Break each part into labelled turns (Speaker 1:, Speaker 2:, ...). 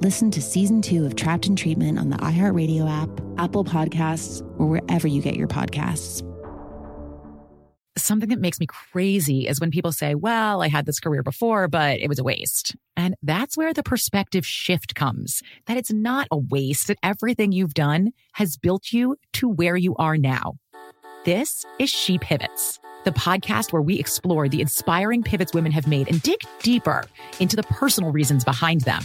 Speaker 1: Listen to season two of Trapped in Treatment on the iHeartRadio app, Apple Podcasts, or wherever you get your podcasts.
Speaker 2: Something that makes me crazy is when people say, Well, I had this career before, but it was a waste. And that's where the perspective shift comes that it's not a waste, that everything you've done has built you to where you are now. This is She Pivots, the podcast where we explore the inspiring pivots women have made and dig deeper into the personal reasons behind them.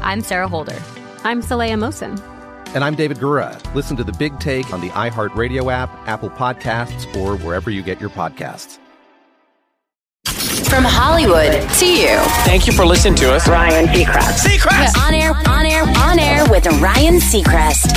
Speaker 3: I'm Sarah Holder.
Speaker 4: I'm Saleya Mosin.
Speaker 5: And I'm David Gura. Listen to The Big Take on the iHeartRadio app, Apple Podcasts, or wherever you get your podcasts.
Speaker 6: From Hollywood to you.
Speaker 7: Thank you for listening to us.
Speaker 8: Ryan Seacrest.
Speaker 6: Seacrest! We're on air, on air, on air with Ryan Seacrest.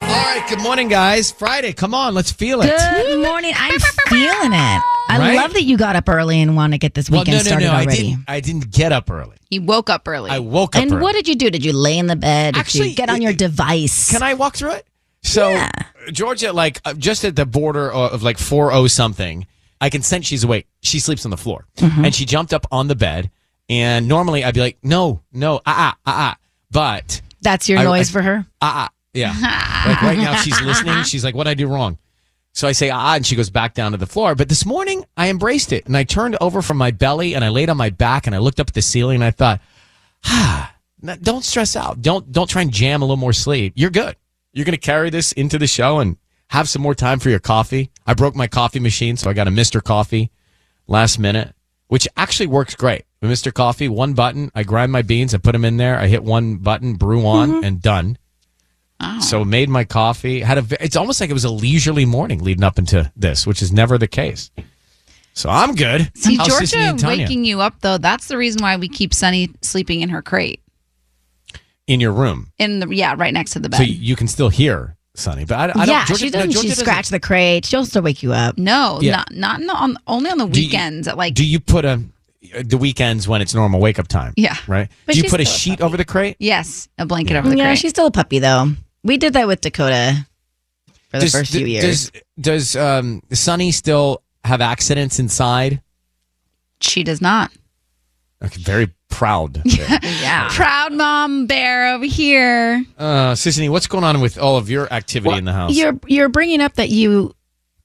Speaker 7: All right, good morning, guys. Friday, come on, let's feel it.
Speaker 9: Good morning. I'm feeling it. I
Speaker 7: Right?
Speaker 9: love that you got up early and want to get this
Speaker 7: Well,
Speaker 9: weekend
Speaker 7: no, no,
Speaker 9: started
Speaker 7: no. I
Speaker 9: already.
Speaker 7: didn't. I didn't get up early.
Speaker 9: You woke up early.
Speaker 7: I woke up
Speaker 9: And
Speaker 7: early.
Speaker 9: what did you do? Did you lay in the bed? Did
Speaker 7: Actually,
Speaker 9: you get on your device?
Speaker 7: Can I walk through it? So Georgia, like uh, just at the border of, of like four oh something, I can sense she's awake. She sleeps on the floor,
Speaker 9: Mm-hmm.
Speaker 7: and she jumped up on the bed. And normally I'd be like, no, no, ah, ah, ah, ah. But
Speaker 9: That's your
Speaker 7: I-
Speaker 9: noise
Speaker 7: I-
Speaker 9: for her?
Speaker 7: ah, ah. Yeah. like right now, she's listening. She's like, what did I do wrong? So I say, ah, and she goes back down to the floor. But this morning, I embraced it and I turned over from my belly and I laid on my back and I looked up at the ceiling and I thought, ah, no- don't stress out. Don't, don't try and jam a little more sleep. You're good. You're going to carry this into the show and have some more time for your coffee. I broke my coffee machine, so I got a Mr. Coffee last minute, which actually works great. With Mr. Coffee, one button, I grind my beans, I put them in there, I hit one button, brew on,
Speaker 10: Mm-hmm.
Speaker 7: and done.
Speaker 10: Oh.
Speaker 7: So made my coffee. Had a. ve- It's almost like it was a leisurely morning leading up into this, which is never the case. So I'm good.
Speaker 10: See,
Speaker 7: How's Sisney
Speaker 10: Georgia
Speaker 7: and Tanya?
Speaker 10: waking you up though. That's the reason why we keep Sunny sleeping in her crate.
Speaker 7: in your room,
Speaker 10: In the yeah, right next to the bed.
Speaker 7: so you can still hear Sunny. But I, I
Speaker 9: yeah,
Speaker 7: don't. Georgia,
Speaker 9: she
Speaker 7: no,
Speaker 9: doesn't.
Speaker 7: Georgia
Speaker 9: she scratch the crate. She'll still wake you up.
Speaker 10: no,
Speaker 7: Yeah.
Speaker 10: not not in the, on only on the
Speaker 7: Do you-
Speaker 10: weekends at like
Speaker 7: Do you put a the weekends when it's normal wake up time?
Speaker 10: Yeah.
Speaker 7: Right.
Speaker 9: But
Speaker 7: Do you
Speaker 9: she's
Speaker 7: put a
Speaker 9: still a
Speaker 7: sheet over the crate?
Speaker 10: yes, a blanket over the
Speaker 9: Yeah,
Speaker 10: crate.
Speaker 9: she's still a puppy though. We did that with Dakota for the
Speaker 7: Does-
Speaker 9: first few
Speaker 7: d-
Speaker 9: years.
Speaker 7: Does does um, Sunny still have accidents inside?
Speaker 10: she does not.
Speaker 7: Okay, very proud. there.
Speaker 10: Yeah. Proud mom bear over here.
Speaker 7: uh, Sisney, what's going on with all of your activity in the house?
Speaker 9: You're you're bringing up that you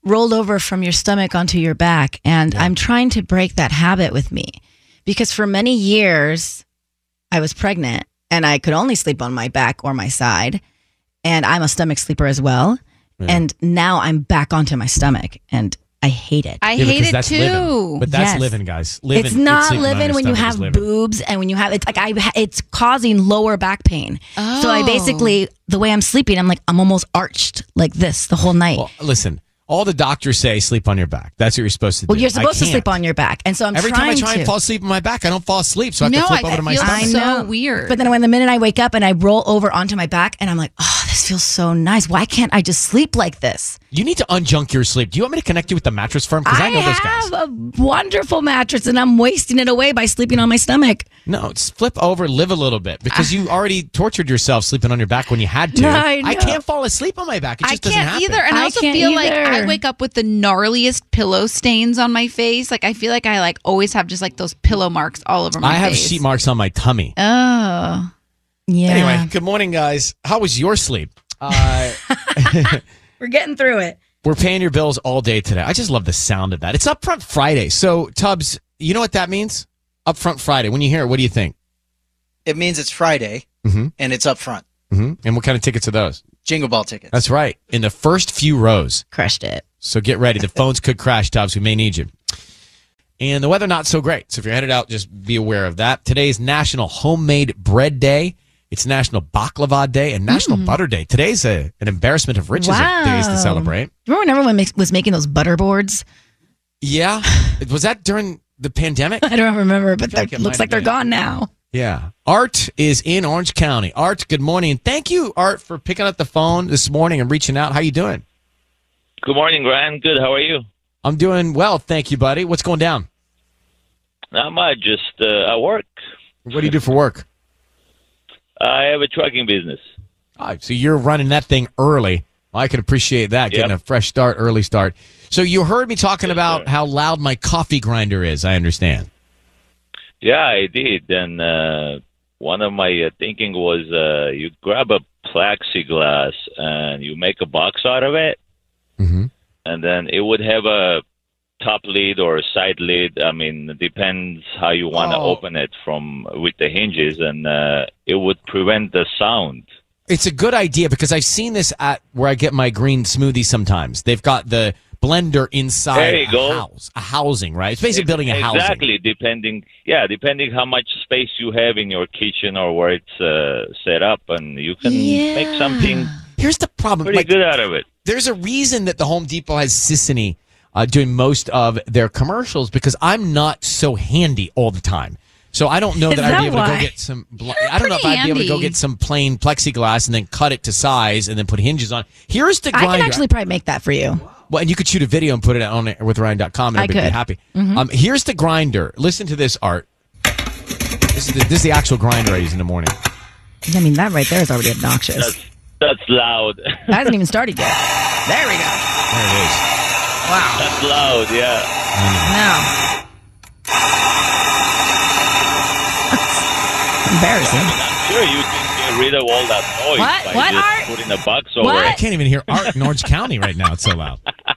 Speaker 9: rolled over from your stomach onto your back, and I'm trying to break that habit with me because for many years I was pregnant and I could only sleep on my back or my side, and I'm a stomach sleeper as well, and now I'm back onto my stomach, and I hate it.
Speaker 10: I
Speaker 7: Yeah, because
Speaker 10: hate it
Speaker 7: that's
Speaker 10: too.
Speaker 7: living. But that's
Speaker 9: Yes.
Speaker 7: living, guys. Living.
Speaker 9: it's not
Speaker 7: sleeping on
Speaker 9: living
Speaker 7: your
Speaker 9: when you
Speaker 7: stomach is
Speaker 9: have
Speaker 7: living.
Speaker 9: boobs and when you have it's like I ha- it's causing lower back pain. So I
Speaker 10: Oh.
Speaker 9: basically the way I'm sleeping, I'm like I'm almost arched like this the whole night.
Speaker 7: Well, listen, all the doctors say sleep on your back. That's what you're supposed to do.
Speaker 9: Well, you're
Speaker 7: I
Speaker 9: supposed to
Speaker 7: can't.
Speaker 9: sleep on your back, and so I'm
Speaker 7: Every time
Speaker 9: trying
Speaker 7: I try
Speaker 9: to.
Speaker 7: and fall asleep on my back, I don't fall asleep, so I have
Speaker 10: No,
Speaker 7: to flip
Speaker 10: I-
Speaker 7: over to my
Speaker 10: that
Speaker 7: stomach.
Speaker 10: feels-
Speaker 9: I
Speaker 10: so
Speaker 9: know,
Speaker 10: weird.
Speaker 9: But then when the minute I wake up and I roll over onto my back, and I'm like, oh, this feels so nice. Why can't I just sleep like this?
Speaker 7: You need to unjunk your sleep. Do you want me to connect you with the mattress firm? Because I, know those guys.
Speaker 9: have a wonderful mattress and I'm wasting it away by sleeping on my stomach.
Speaker 7: No, it's flip over, live a little bit because you already tortured yourself sleeping on your back when you had to.
Speaker 9: No, Ah. I know.
Speaker 7: can't fall asleep on my back. It just doesn't
Speaker 10: can't
Speaker 7: happen.
Speaker 10: either. And I, also feel like I wake up with the gnarliest pillow stains on my face. Like I feel like I like always have just like those pillow marks all over my
Speaker 7: I have
Speaker 10: face.
Speaker 7: sheet marks on my tummy.
Speaker 10: oh.
Speaker 9: Yeah.
Speaker 7: Anyway, good morning, guys. How was your sleep? Uh,
Speaker 9: We're getting through it.
Speaker 7: we're paying your bills all day today. I just love the sound of that. It's Upfront Friday. So, Tubbs, you know what that means? Upfront Friday. When you hear it, what do you think?
Speaker 8: It means it's Friday
Speaker 7: Mm-hmm.
Speaker 8: and it's up front.
Speaker 9: Mm-hmm.
Speaker 7: hmm And what kind of tickets are those?
Speaker 8: Jingle ball tickets.
Speaker 7: That's right. In the first few rows.
Speaker 9: Crushed it.
Speaker 7: So get ready. The phones could crash, Tubbs. We may need you. And the weather not so great. So if you're headed out, just be aware of that. Today's National Homemade Bread Day. It's National Baklava Day and National Butter Day. Today's a, an embarrassment of riches of days to
Speaker 9: Mm-hmm. Wow.
Speaker 7: celebrate.
Speaker 9: Remember when everyone makes, was making those butter boards?
Speaker 7: Yeah. Was that during the pandemic?
Speaker 9: I don't remember, but
Speaker 7: feel like
Speaker 9: they
Speaker 7: it
Speaker 9: looks
Speaker 7: might
Speaker 9: like they're
Speaker 7: have been.
Speaker 9: gone now.
Speaker 7: Yeah. Art is in Orange County. Art, good morning. And thank you, Art, for picking up the phone this morning and reaching out. How you doing?
Speaker 11: Good morning, Ryan. Good. How are you?
Speaker 7: I'm doing well, thank you, buddy. What's going down?
Speaker 11: Not much. Just uh, at work.
Speaker 7: What do you do for work?
Speaker 11: I have a trucking business.
Speaker 7: Ah, so you're running that thing early. Well, I can appreciate that, getting a fresh start, early start. So you heard me talking about how loud my coffee grinder is. I understand.
Speaker 11: Yeah, I did. And uh, one of my uh, thinking was uh, you grab a plexiglass and you make a box out of it,
Speaker 7: Mm-hmm.
Speaker 11: and then it would have a top lid or a side lid. I mean, it depends how you want to
Speaker 7: Oh.
Speaker 11: open it from with the hinges, and uh, it would prevent the sound.
Speaker 7: It's a good idea because I've seen this at where I get my green smoothie sometimes. They've got the blender inside
Speaker 11: There you
Speaker 7: a
Speaker 11: go.
Speaker 7: house, a housing, right? It's basically building a housing.
Speaker 11: Exactly, depending, yeah, depending how much space you have in your kitchen or where it's uh, set up, and you can make something
Speaker 7: Here's the problem.
Speaker 11: pretty
Speaker 7: like,
Speaker 11: good out of it.
Speaker 7: There's a reason that the Home Depot has Sissany uh, doing most of their commercials because I'm not so handy all the time. So I don't know that,
Speaker 12: Is
Speaker 7: I'd
Speaker 12: that
Speaker 7: be able to
Speaker 12: why?
Speaker 7: go get some. Bl- I don't know if I'd
Speaker 12: pretty
Speaker 7: be able to go
Speaker 12: handy.
Speaker 7: get some plain plexiglass and then cut it to size and then put hinges on. Here's the
Speaker 9: I
Speaker 7: grinder.
Speaker 9: can actually probably make that for you.
Speaker 7: Well, and you could shoot a video and put it on it with Ryan.com and
Speaker 9: I
Speaker 7: everybody
Speaker 9: could.
Speaker 7: be happy.
Speaker 9: Mhm.
Speaker 7: Um, here's the grinder. Listen to this art. This is the, this is the actual grinder I use in the morning.
Speaker 9: I mean, that right there is already obnoxious.
Speaker 11: That's loud.
Speaker 9: That hasn't even started yet. There we go.
Speaker 7: There it is.
Speaker 11: Wow. That's loud, yeah.
Speaker 9: No. Embarrassing.
Speaker 11: Sure, you can get rid of all that noise
Speaker 9: What?
Speaker 11: by
Speaker 9: What,
Speaker 11: just
Speaker 9: Art?
Speaker 11: putting a box over
Speaker 7: I
Speaker 11: it.
Speaker 7: can't even hear Art in Orange County right now. It's so loud. Uh,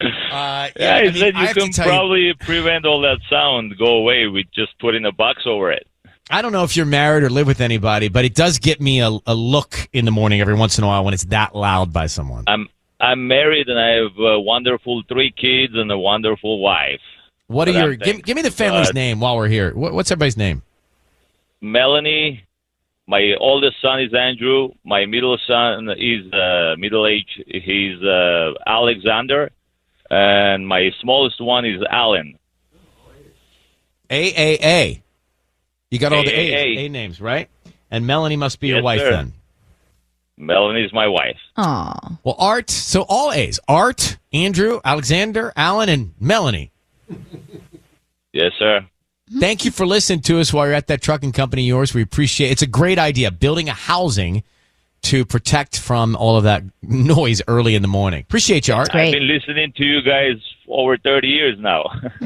Speaker 11: Yeah,
Speaker 7: I
Speaker 11: I
Speaker 7: mean,
Speaker 11: said
Speaker 7: I
Speaker 11: you
Speaker 7: have to
Speaker 11: can
Speaker 7: tell you-
Speaker 11: probably prevent all that sound go away with just putting a box over it.
Speaker 7: I don't know if you're married or live with anybody, but it does get me a, a look in the morning every once in a while when it's that loud by someone.
Speaker 11: I'm I'm married and I have uh, wonderful three kids and a wonderful wife.
Speaker 7: What are
Speaker 11: But I'm
Speaker 7: your give,
Speaker 11: thankful
Speaker 7: give me the family's
Speaker 11: God.
Speaker 7: name while we're here? What, what's everybody's name?
Speaker 11: Melanie, my oldest son is Andrew. My middle son is uh, middle age. He's uh, Alexander, and my smallest one is Alan.
Speaker 7: A A A. You got all the
Speaker 11: AAA.
Speaker 7: A's, A names right, and Melanie must be your
Speaker 11: Yes,
Speaker 7: wife
Speaker 11: sir.
Speaker 7: then.
Speaker 11: Melanie is my wife.
Speaker 9: Aw.
Speaker 7: Well, Art. So all A's: Art, Andrew, Alexander, Alan, and Melanie.
Speaker 11: Yes, sir.
Speaker 7: Thank you for listening to us while you're at that trucking company of yours. We appreciate It's a great idea, building a housing to protect from all of that noise early in the morning. Appreciate you, Art.
Speaker 11: I've been listening to you guys for over 30 years now.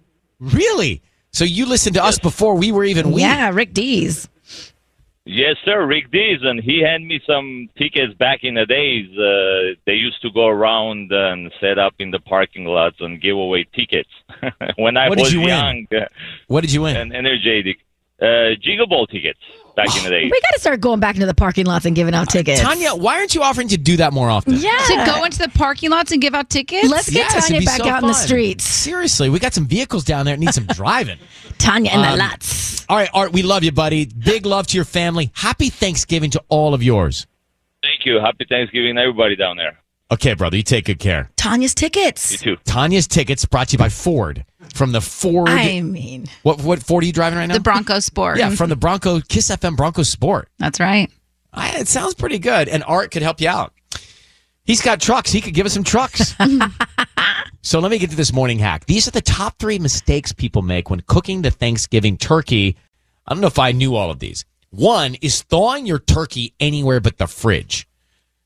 Speaker 7: Wow. Really? So you listened to us before we were even we.
Speaker 9: Yeah, Rick Dees.
Speaker 11: Yes, sir. Rick Dees, and he had me some tickets back in the days. Uh, they used to go around and set up in the parking lots and give away tickets. when I
Speaker 7: What did
Speaker 11: was
Speaker 7: you win?
Speaker 11: young, uh,
Speaker 7: What did you win?
Speaker 11: and energetic uh, Jiggle Ball tickets back in the
Speaker 9: We
Speaker 11: days.
Speaker 9: got to start going back into the parking lots and giving out tickets.
Speaker 7: Uh, Tanya, why aren't you offering to do that more often?
Speaker 10: To go into the parking lots and give out tickets?
Speaker 9: Let's get
Speaker 7: Yes, it'd
Speaker 9: Tanya
Speaker 7: be
Speaker 9: back
Speaker 7: so
Speaker 9: out in the
Speaker 7: fun.
Speaker 9: streets.
Speaker 7: Seriously, we got some vehicles down there that need some driving.
Speaker 9: Tanya in
Speaker 7: Um,
Speaker 9: the lots.
Speaker 7: All right, Art, we love you, buddy. Big love to your family. Happy Thanksgiving to all of yours.
Speaker 11: Thank you. Happy Thanksgiving, everybody down there.
Speaker 7: Okay, brother, you take good care.
Speaker 9: Tanya's tickets.
Speaker 11: You too.
Speaker 7: Tanya's tickets brought to you by Ford from the Ford.
Speaker 10: I mean,
Speaker 7: What what Ford are you driving right now?
Speaker 10: the Bronco Sport.
Speaker 7: Yeah, from the Bronco Kiss FM Bronco Sport.
Speaker 10: That's right.
Speaker 7: I, it sounds pretty good, and Art could help you out. He's got trucks. He could give us some trucks. so let me get to this morning hack. These are the top three mistakes people make when cooking the Thanksgiving turkey. I don't know if I knew all of these. One is thawing your turkey anywhere but the fridge.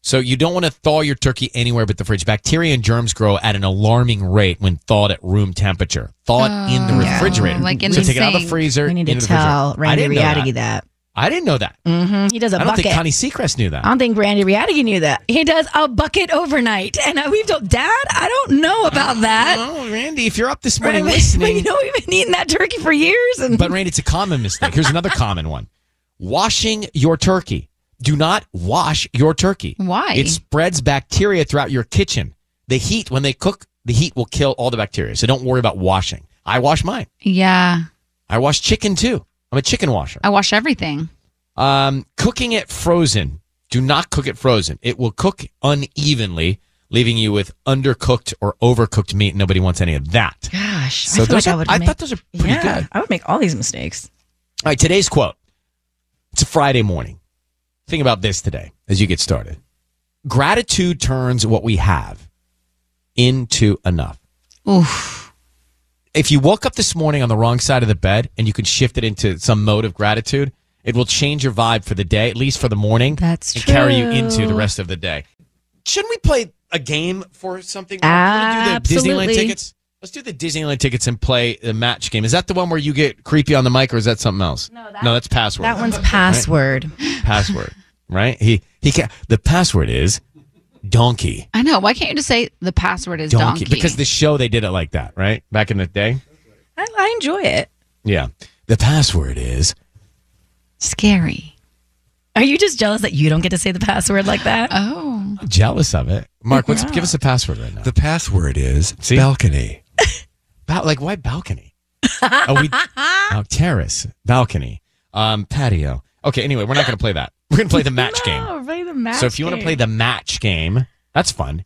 Speaker 7: So you don't want to thaw your turkey anywhere but the fridge. Bacteria and germs grow at an alarming rate when thawed at room temperature. Thaw it in the refrigerator.
Speaker 8: Oh, like in
Speaker 7: so
Speaker 8: the
Speaker 7: take it out of the
Speaker 8: sink.
Speaker 7: freezer.
Speaker 8: We need to
Speaker 7: into the refrigerator.
Speaker 8: tell
Speaker 7: I
Speaker 8: Randy
Speaker 7: didn't know
Speaker 8: Riady that.
Speaker 7: I didn't know that.
Speaker 8: Mm-hmm. He does a
Speaker 7: I don't
Speaker 8: bucket.
Speaker 7: think Connie Seacrest knew that.
Speaker 8: I don't think Randy Riady knew that. He does a bucket overnight, and I, we don't. Dad, I don't know about that.
Speaker 7: Oh, Randy, if you're up this morning
Speaker 8: listening, you know we've been eating that turkey for years. And
Speaker 7: But Randy, it's a common mistake. Here's another common one: washing your turkey. Do not wash your turkey.
Speaker 10: Why?
Speaker 7: It spreads bacteria throughout your kitchen. The heat when they cook, the heat will kill all the bacteria. So don't worry about washing. I wash mine.
Speaker 10: Yeah.
Speaker 7: I wash chicken too. I'm a chicken washer.
Speaker 10: I wash everything.
Speaker 7: Um, cooking it frozen. Do not cook it frozen. It will cook unevenly, leaving you with undercooked or overcooked meat. Nobody wants any of that.
Speaker 8: Gosh,
Speaker 7: So
Speaker 8: I feel
Speaker 7: those
Speaker 8: like I
Speaker 7: are-
Speaker 8: would.
Speaker 7: I
Speaker 8: make,
Speaker 7: thought those are pretty
Speaker 8: yeah,
Speaker 7: good.
Speaker 8: I would make all these mistakes.
Speaker 7: All right, today's quote. It's a Friday morning. Think about this today as you get started. Gratitude turns what we have into enough.
Speaker 10: Oof.
Speaker 7: If you woke up this morning on the wrong side of the bed and you could shift it into some mode of gratitude, it will change your vibe for the day, at least for the morning. That's and carry you into the
Speaker 13: true.
Speaker 7: rest of the day. Shouldn't we play a game for something?
Speaker 13: Absolutely.
Speaker 7: Do the Disneyland tickets? Let's do the Disneyland tickets and play the match game. Is that the one where you get creepy on the mic, or is that something else? No, that's, no, that's password.
Speaker 8: That one's
Speaker 7: Right?
Speaker 8: password.
Speaker 7: Password, right? He he can The password is donkey.
Speaker 10: I know. Why can't you just say the password is donkey?
Speaker 7: because the show they did it like that, right? Back in the day,
Speaker 8: I, I enjoy it.
Speaker 7: yeah. The password is
Speaker 10: Scary.
Speaker 8: Are you just jealous that you don't get to say the password like that?
Speaker 10: oh.
Speaker 7: jealous of it. Mark, what's give us a password right now? The password is balcony. ba- like why balcony? oh, we oh, terrace balcony, um, patio. Okay, anyway, we're not going to play that. We're going to play the match game.
Speaker 8: Oh, play the match.
Speaker 7: So if you want to
Speaker 8: game.
Speaker 7: play the match game, that's fun.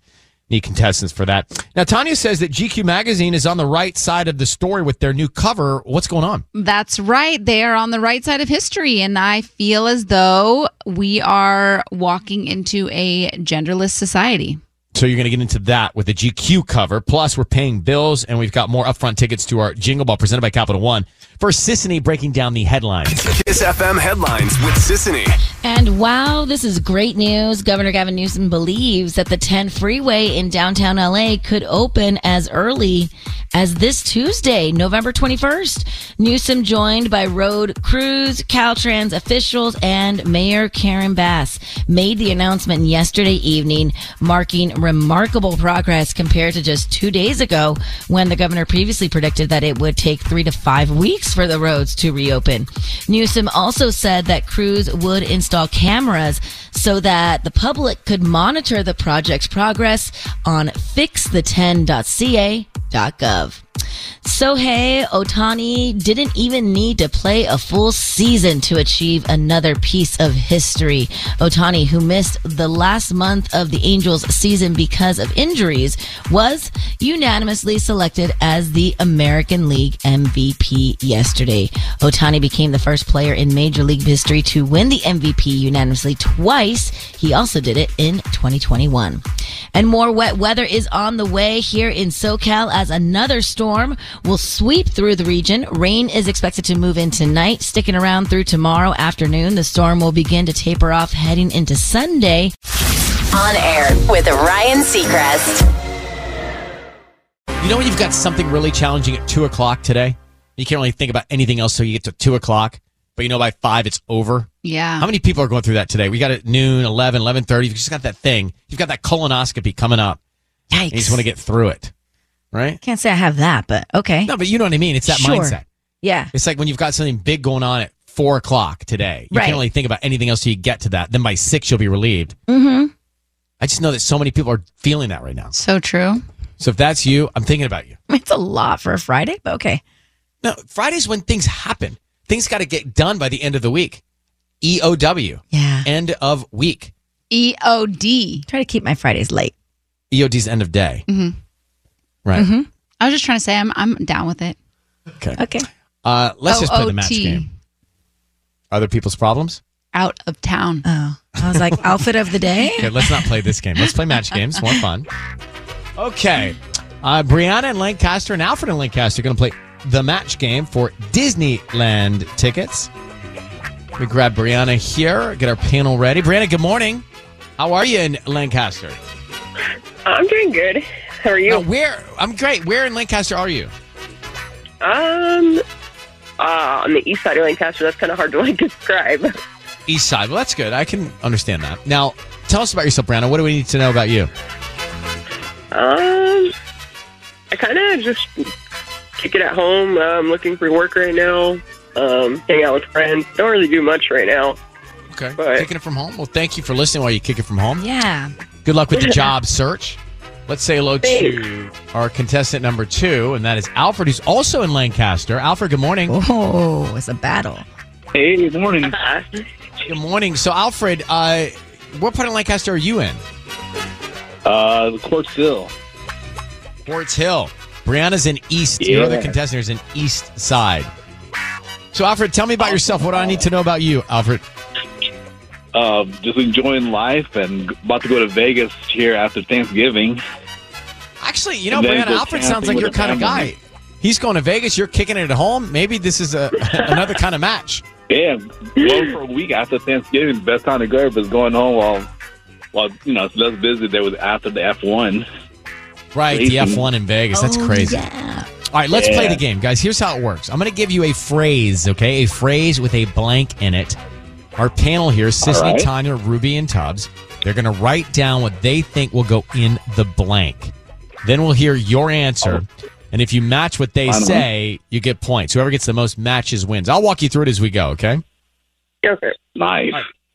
Speaker 7: Need contestants for that. Now, Tanya says that GQ magazine is on the right side of the story with their new cover. What's going on?
Speaker 10: That's right. They are on the right side of history. And I feel as though we are walking into a genderless society.
Speaker 7: So you're going to get into that with the GQ cover. Plus, we're paying bills, and we've got more upfront tickets to our Jingle Ball presented by Capital One. First, Sissany breaking down the headlines.
Speaker 14: Kiss FM headlines with Sissany.
Speaker 9: And wow, this is great news. Governor Gavin Newsom believes that the 10 freeway in downtown LA could open as early as this Tuesday, November 21st. Newsom joined by road crews, Caltrans officials, and Mayor Karen Bass made the announcement yesterday evening, marking remarkable progress compared to just two days ago when the governor previously predicted that it would take three to five weeks for the roads to reopen. Newsom also said that crews would install cameras so that the public could monitor the project's progress on fixthe10.ca.gov. Sohei Otani didn't even need to play a full season to achieve another piece of history. Otani, who missed the last month of the Angels season because of injuries, was unanimously selected as the American League MVP yesterday. Otani became the first player in Major League history to win the MVP unanimously twice. He also did it in 2021. And more wet weather is on the way here in SoCal as another storm will sweep through the region. Rain is expected to move in tonight, sticking around through tomorrow afternoon. The storm will begin to taper off heading into Sunday.
Speaker 2: On air with Ryan Seacrest.
Speaker 7: You know when you've got something really challenging at two o'clock today? You can't really think about anything else till you get to two o'clock, but you know by five it's over.
Speaker 10: Yeah.
Speaker 7: How many people are going through that today? We got it at noon, 11, 11.30. You've just got that thing. You've got that colonoscopy coming up.
Speaker 8: Yikes.
Speaker 7: You just want to get through it, right?
Speaker 8: Can't say I have that, but okay.
Speaker 7: No, but you know what I mean. It's that
Speaker 8: Sure.
Speaker 7: mindset.
Speaker 8: Yeah.
Speaker 7: It's like when you've got something big going on at four o'clock today. You
Speaker 8: Right.
Speaker 7: can't really think about anything else till you get to that. Then by six, you'll be relieved.
Speaker 8: Mm-hmm.
Speaker 7: I just know that so many people are feeling that right now.
Speaker 10: So true.
Speaker 7: So if that's you, I'm thinking about you.
Speaker 8: It's a lot for a Friday, but okay.
Speaker 7: No, Friday's when things happen. Things got to get done by the end of the week. EOW.
Speaker 8: Yeah.
Speaker 7: End of week.
Speaker 9: E
Speaker 10: EOD.
Speaker 8: Try to keep my Fridays late.
Speaker 7: EOD's E end of day.
Speaker 10: hmm
Speaker 7: Right.
Speaker 10: hmm I was just trying to say I'm, I'm down with it.
Speaker 7: Okay.
Speaker 8: Okay.
Speaker 7: Uh, let's just play the match
Speaker 10: OOT.
Speaker 7: game. Other people's problems?
Speaker 10: out of town.
Speaker 9: Oh, I was like outfit of the day.
Speaker 7: Okay, let's not play this game. Let's play match games. More fun. Okay. Uh, Brianna and Lancaster and Alfred and Lancaster are going to play the match game for Disneyland tickets. We grab Brianna here, get our panel ready. Brianna, good morning. How are you in Lancaster?
Speaker 14: I'm doing good. How are you?
Speaker 7: Now, where? I'm great. Where in Lancaster are you?
Speaker 9: Oh.
Speaker 14: Um, uh, on the east side of Lancaster. That's kind of hard to like describe.
Speaker 7: East side. Well, that's good. I can understand that. Now, tell us about yourself, Brianna. What do we need to know about you?
Speaker 14: Um, I kind of just kick it at home. Uh, I'm looking for work right now. Um, hang out with friends. Don't really do much right now.
Speaker 7: Okay. Kicking it from home. Well, thank you for listening while you kick it from home.
Speaker 9: Yeah.
Speaker 7: Good luck with the job search. Let's say hello to our contestant number two, and that is Alfred, who's also in Lancaster. Alfred, good morning.
Speaker 9: Oh, it's a battle.
Speaker 7: Hey, good morning. good morning. So, Alfred, uh, what part of Lancaster are you in?
Speaker 15: Uh, Quartz Hill.
Speaker 7: Quartz Hill. Brianna's in East. Your
Speaker 15: Yeah.
Speaker 7: other contestant is in East Side. So, Alfred, tell me about yourself. What do I need to know about you, Alfred?
Speaker 15: Uh, just enjoying life and about to go to Vegas here after Thanksgiving.
Speaker 7: Actually, you know,
Speaker 15: And then
Speaker 7: Brianna,
Speaker 15: go
Speaker 7: Alfred sounds like
Speaker 15: camping
Speaker 7: your
Speaker 15: with the
Speaker 7: kind of
Speaker 15: family.
Speaker 7: guy. He's going to Vegas. You're kicking it at home. Maybe this is a another kind of match.
Speaker 15: Yeah, well, for a week after Thanksgiving, the best time to go is going home while, while you know, it's less busy. There was after the F one.
Speaker 7: Right, the F1 in Vegas. That's crazy. All right, let's play
Speaker 15: Yeah.
Speaker 7: the game, guys. Here's how it works. I'm going to give you a phrase, okay? A phrase with a blank in it. Our panel here, Sisney,
Speaker 15: right.
Speaker 7: Tanya, Ruby, and Tubbs, they're going to write down what they think will go in the blank. Then we'll hear your answer. And if you match what they
Speaker 15: Finally.
Speaker 7: say, you get points. Whoever gets the most matches wins. I'll walk you through it as we go, okay?
Speaker 14: Okay.
Speaker 15: Nice.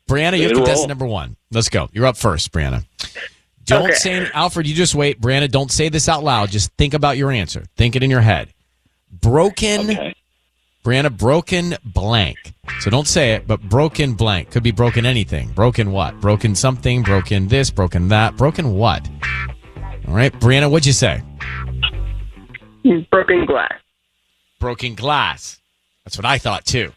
Speaker 7: Brianna, you're
Speaker 15: Good roll.
Speaker 7: contestant number one. Let's go. You're up first, Brianna. Don't
Speaker 15: Okay.
Speaker 7: say, Alfred, you just wait. Brianna, don't say this out loud. Just think about your answer. Think it in your head. Broken, Brianna, broken blank. So don't say it, but broken blank. Could be broken anything. Broken what? Broken something, broken this, broken that, broken what? All right, Brianna, what'd you say?
Speaker 14: Broken glass.
Speaker 7: Broken glass. That's what I thought too.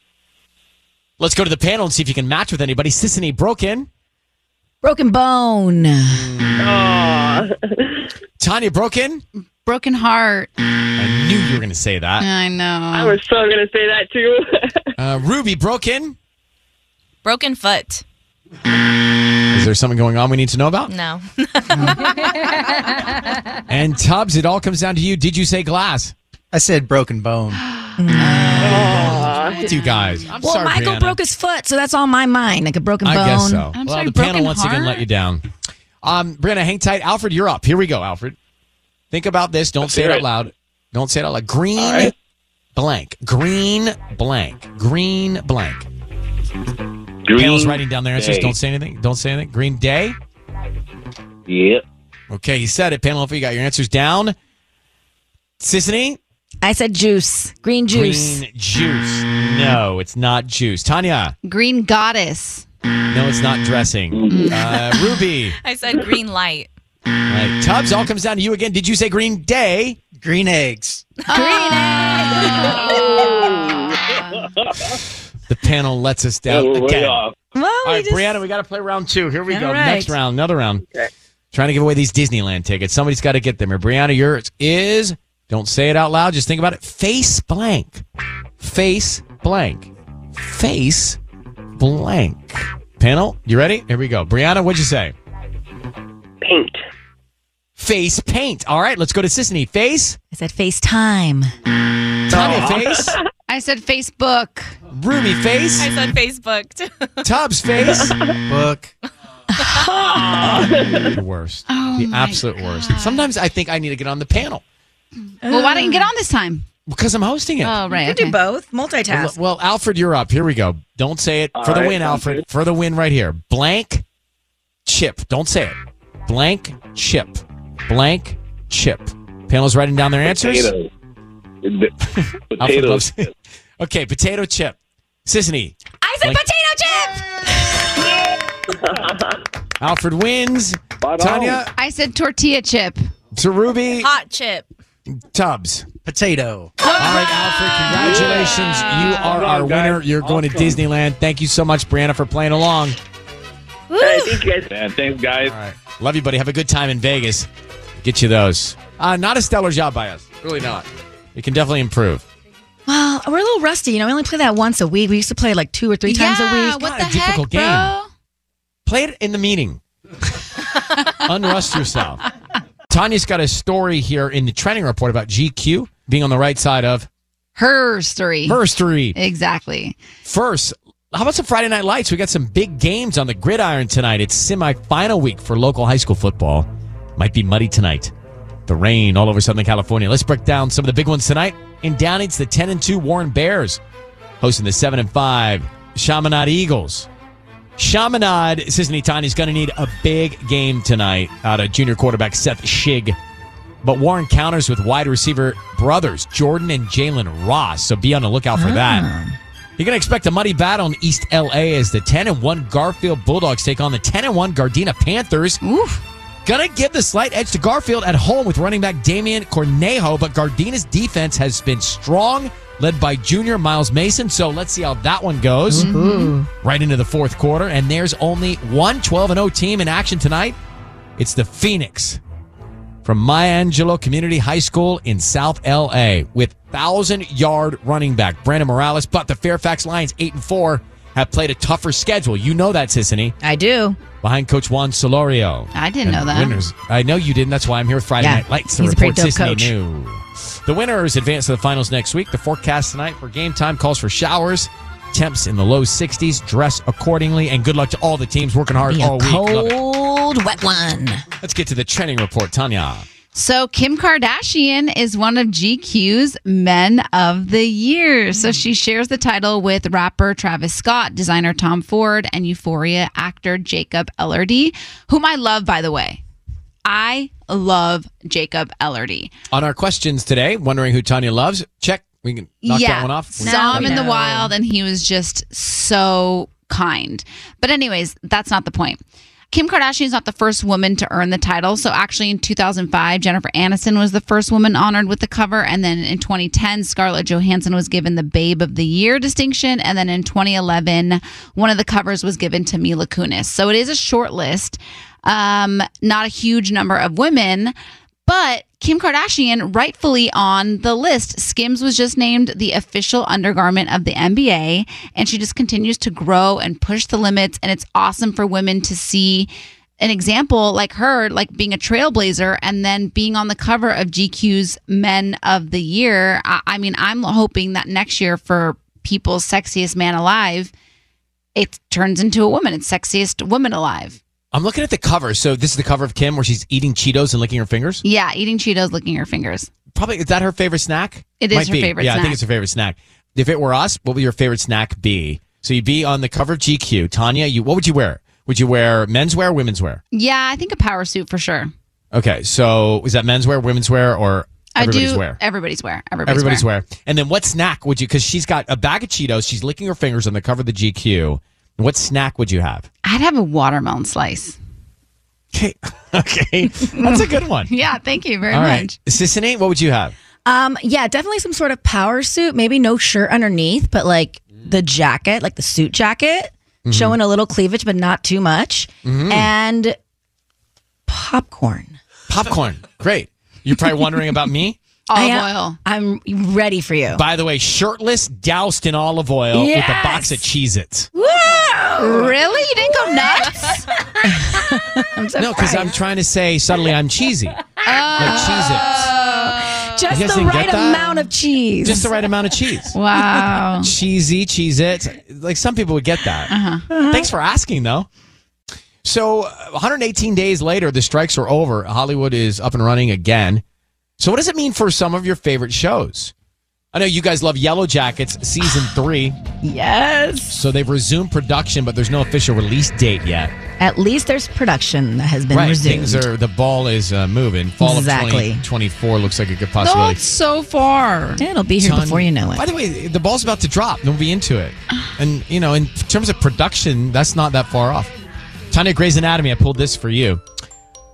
Speaker 7: Let's go to the panel and see if you can match with anybody. Sissany, broken.
Speaker 9: Broken bone.
Speaker 7: Tanya, broken.
Speaker 10: Broken heart.
Speaker 7: I knew you were going to say that.
Speaker 10: I know.
Speaker 14: I was so gonna say that too.
Speaker 7: Uh, Ruby, broken.
Speaker 16: Broken foot.
Speaker 7: Is there something going on we need to know about?
Speaker 16: No.
Speaker 7: And Tubbs, it all comes down to you. Did you say glass?
Speaker 8: I said broken bone.
Speaker 7: With you guys. I'm
Speaker 9: well,
Speaker 7: sorry,
Speaker 9: Michael
Speaker 7: Brianna.
Speaker 9: broke his foot, so that's on my mind, like a broken bone.
Speaker 7: I guess so. well, the panel once again let you down. Um, Brianna, hang tight. Alfred, you're up. Here we go, Alfred. Think about this. Don't say it
Speaker 15: hear
Speaker 7: out
Speaker 15: it.
Speaker 7: loud. Don't say it out loud. Green blank. Green blank. Green blank. Panel's writing down their answers.
Speaker 15: day.
Speaker 7: Don't say anything. Don't say anything. Green day.
Speaker 15: Yep.
Speaker 7: Okay, you said it. Panel, if you got your answers down. Sissany?
Speaker 9: I said juice, green juice.
Speaker 7: Green juice. No, it's not juice. Tanya?
Speaker 10: Green goddess.
Speaker 7: No, it's not dressing. Uh, Ruby?
Speaker 16: I said green light.
Speaker 7: Right. Tubbs, all comes down to you again. Did you say green day? Green eggs. The panel lets us down
Speaker 15: Yeah, we're way
Speaker 7: again.
Speaker 15: off.
Speaker 7: All right, Brianna, we got to play round two. Here we go.
Speaker 15: All right.
Speaker 7: Next round, another round. Trying to give away these Disneyland tickets. Somebody's got to get them. Here, Brianna, yours is, don't say it out loud, just think about it. Face blank. Face blank. Face blank. Panel, you ready? Here we go. Brianna, what'd you say?
Speaker 14: Paint.
Speaker 7: Face paint. All right, let's go to Sisney. Face.
Speaker 9: I said FaceTime.
Speaker 7: Tanya, face.
Speaker 10: I said Facebook.
Speaker 7: Ruby, face.
Speaker 16: I said Facebook.
Speaker 7: Tubbs, face. Book. the worst.
Speaker 10: Oh
Speaker 7: the absolute worst. Sometimes I think I need to get on the panel
Speaker 10: Well, why don't you get on this time?
Speaker 7: because I'm hosting it.
Speaker 10: Oh, right.
Speaker 9: You can do both. Multitask.
Speaker 7: Well, well, Alfred, you're up. Here we go. Don't say it
Speaker 9: All
Speaker 7: for the
Speaker 9: right,
Speaker 7: win,
Speaker 9: sounds
Speaker 7: Alfred. For the win, right here. Blank chip. Don't say it. Blank chip. Blank chip. Panel's writing down their answers.
Speaker 15: Potatoes.
Speaker 7: Alfred
Speaker 15: Potatoes.
Speaker 7: loves okay, potato chip. Sisney.
Speaker 9: I said
Speaker 7: Blank-
Speaker 9: potato chip.
Speaker 7: Alfred wins. Tanya
Speaker 10: I said tortilla chip.
Speaker 7: to Ruby.
Speaker 16: Hot chip.
Speaker 7: Tubbs.
Speaker 8: Potato.
Speaker 7: All right, Alfred, congratulations. You are our winner. You're going to Disneyland. Thank you so much, Brianna, for playing along.
Speaker 14: Hey, thank you guys.
Speaker 7: And thanks, guys. All right. Love you, buddy. Have a good time in Vegas. Get you those. Uh, not a stellar job by us. Really not. We can definitely improve.
Speaker 9: Well, we're a little rusty. You know, we only play that once a week. We used to play like two or three times a
Speaker 7: Yeah,
Speaker 9: week.
Speaker 7: what Not a the heck, difficult game. bro? Play it in the meeting. Unrust yourself. Tanya's got a story here in the trending report about GQ being on the right side of
Speaker 10: Her story.
Speaker 7: Herstory.
Speaker 10: Exactly.
Speaker 7: First, how about some Friday Night Lights? We got some big games on the gridiron tonight. It's semifinal week for local high school football. Might be muddy tonight. The rain all over Southern California. Let's break down some of the big ones tonight. In Downey, it's the 10 and 2 Warren Bears hosting the 7 and 5 Chaminade Eagles. Chaminade, Sisney Tiny's going to need a big game tonight out of junior quarterback Seth Shig. But Warren counters with wide receiver brothers Jordan and Jalen Ross, so be on the lookout for that. You're going to expect a muddy battle in East LA as the 10 and 1 Garfield Bulldogs take on the 10 and 1 Gardena Panthers. Gonna give the slight edge to Garfield at home with running back Damian Cornejo, but Gardena's defense has been strong, led by junior Miles Mason. So let's see how that one goes. Right into the fourth quarter, and there's only one 12 0 team in action tonight. It's the Phoenix from Maya Angelo Community High School in South LA with thousand yard running back Brandon Morales. But the Fairfax Lions, eight and four, have played a tougher schedule. You know that, Sissany.
Speaker 9: I do.
Speaker 7: Behind Coach Juan Solorio.
Speaker 10: I didn't know
Speaker 7: And
Speaker 10: that.
Speaker 7: Winners. I know you didn't. That's why I'm here Friday
Speaker 10: Yeah.
Speaker 7: Night Lights. to
Speaker 10: He's a pretty
Speaker 7: report Sissany
Speaker 10: dope coach.
Speaker 7: knew. The winners advance to the finals next week. The forecast tonight for game time calls for showers. Temps in the low 60s. Dress accordingly. And good luck to all the teams working hard
Speaker 9: Be a
Speaker 7: all week. Love it.
Speaker 9: cold, wet one.
Speaker 7: Let's get to the trending report, Tanya.
Speaker 10: So Kim Kardashian is one of GQ's Men of the Year. So she shares the title with rapper Travis Scott, designer Tom Ford, and Euphoria actor Jacob Ellerdy, whom I love, by the way. I love Jacob Ellerdy.
Speaker 7: on our questions today, wondering who Tanya loves. Check. We can knock that one off.
Speaker 10: Saw him in the wild and he was just so kind. But, anyways, that's not the point. Kim Kardashian is not the first woman to earn the title. So, actually, in 2005, Jennifer Aniston was the first woman honored with the cover. And then in 2010, Scarlett Johansson was given the Babe of the Year distinction. And then in 2011, one of the covers was given to Mila Kunis. So, it is a short list, um, not a huge number of women. But Kim Kardashian, rightfully on the list, Skims was just named the official undergarment of the NBA, and she just continues to grow and push the limits. And it's awesome for women to see an example like her, like being a trailblazer and then being on the cover of GQ's Men of the Year. I, I mean, I'm hoping that next year for People's Sexiest Man Alive, it turns into a woman. It's Sexiest Woman Alive.
Speaker 7: I'm looking at the cover. So this is the cover of Kim where she's eating Cheetos and licking her fingers.
Speaker 10: Yeah, eating Cheetos, licking her fingers.
Speaker 7: Probably is that her favorite snack?
Speaker 10: It is
Speaker 7: Might
Speaker 10: her
Speaker 7: be.
Speaker 10: favorite
Speaker 7: Yeah, I
Speaker 10: snack.
Speaker 7: think it's her favorite snack. If it were us, what would your favorite snack be? So you'd be on the cover of GQ. Tanya, you what would you wear? Would you wear menswear, womenswear?
Speaker 10: Yeah, I think a power suit for sure.
Speaker 7: Okay, so is that menswear, womenswear, or everybody's
Speaker 10: I do.
Speaker 7: wear?
Speaker 10: Everybody's wear. Everybody's,
Speaker 7: Everybody's
Speaker 10: wear.
Speaker 7: wear. And then what snack would you? Because she's got a bag of Cheetos. She's licking her fingers on the cover of the GQ. What snack would you have?
Speaker 10: I'd have a watermelon slice.
Speaker 7: Okay, that's a good one.
Speaker 10: Yeah, thank you very
Speaker 7: All
Speaker 10: much.
Speaker 7: right, Sissany, what would you have?
Speaker 9: Um, yeah, definitely some sort of power suit. Maybe no shirt underneath, but like the jacket, like the suit jacket,
Speaker 7: Mhm.
Speaker 9: showing a little cleavage, but not too much.
Speaker 7: Mm-hmm.
Speaker 9: And popcorn.
Speaker 7: Popcorn. Great. You're probably wondering about me.
Speaker 9: Olive oil. I'm ready for you.
Speaker 7: By the way, shirtless, doused in olive oil with a box of Cheez Its.
Speaker 9: Whoa!
Speaker 10: Really? You didn't go nuts?
Speaker 9: I'm so
Speaker 7: No, because I'm trying to say subtly I'm cheesy. Like Cheez
Speaker 9: Just
Speaker 7: You guys
Speaker 9: the
Speaker 7: didn't get
Speaker 9: right
Speaker 7: that?
Speaker 9: amount of cheese.
Speaker 7: Just the right amount of cheese.
Speaker 10: Wow.
Speaker 7: Cheesy, Cheez Its. Like some people would get that.
Speaker 9: Uh-huh.
Speaker 7: Uh-huh. Thanks for asking, though. So, uh, 118 days later, the strikes are over. Hollywood is up and running again. So, what does it mean for some of your favorite shows? I know you guys love Yellow Jackets season three.
Speaker 9: Yes.
Speaker 7: So, they've resumed production, but there's no official release date yet.
Speaker 9: At least there's production that has been
Speaker 7: right.
Speaker 9: resumed.
Speaker 7: Things are, the ball is uh, moving. Fall
Speaker 9: Exactly.
Speaker 7: of 2024 looks like a good possibility.
Speaker 10: so far.
Speaker 9: It'll be here
Speaker 7: Ton-
Speaker 9: before you know it.
Speaker 7: By the way, the ball's about to drop. Don't be into it. And you know, in terms of production, that's not that far off. Tanya Grey's Anatomy, I pulled this for you.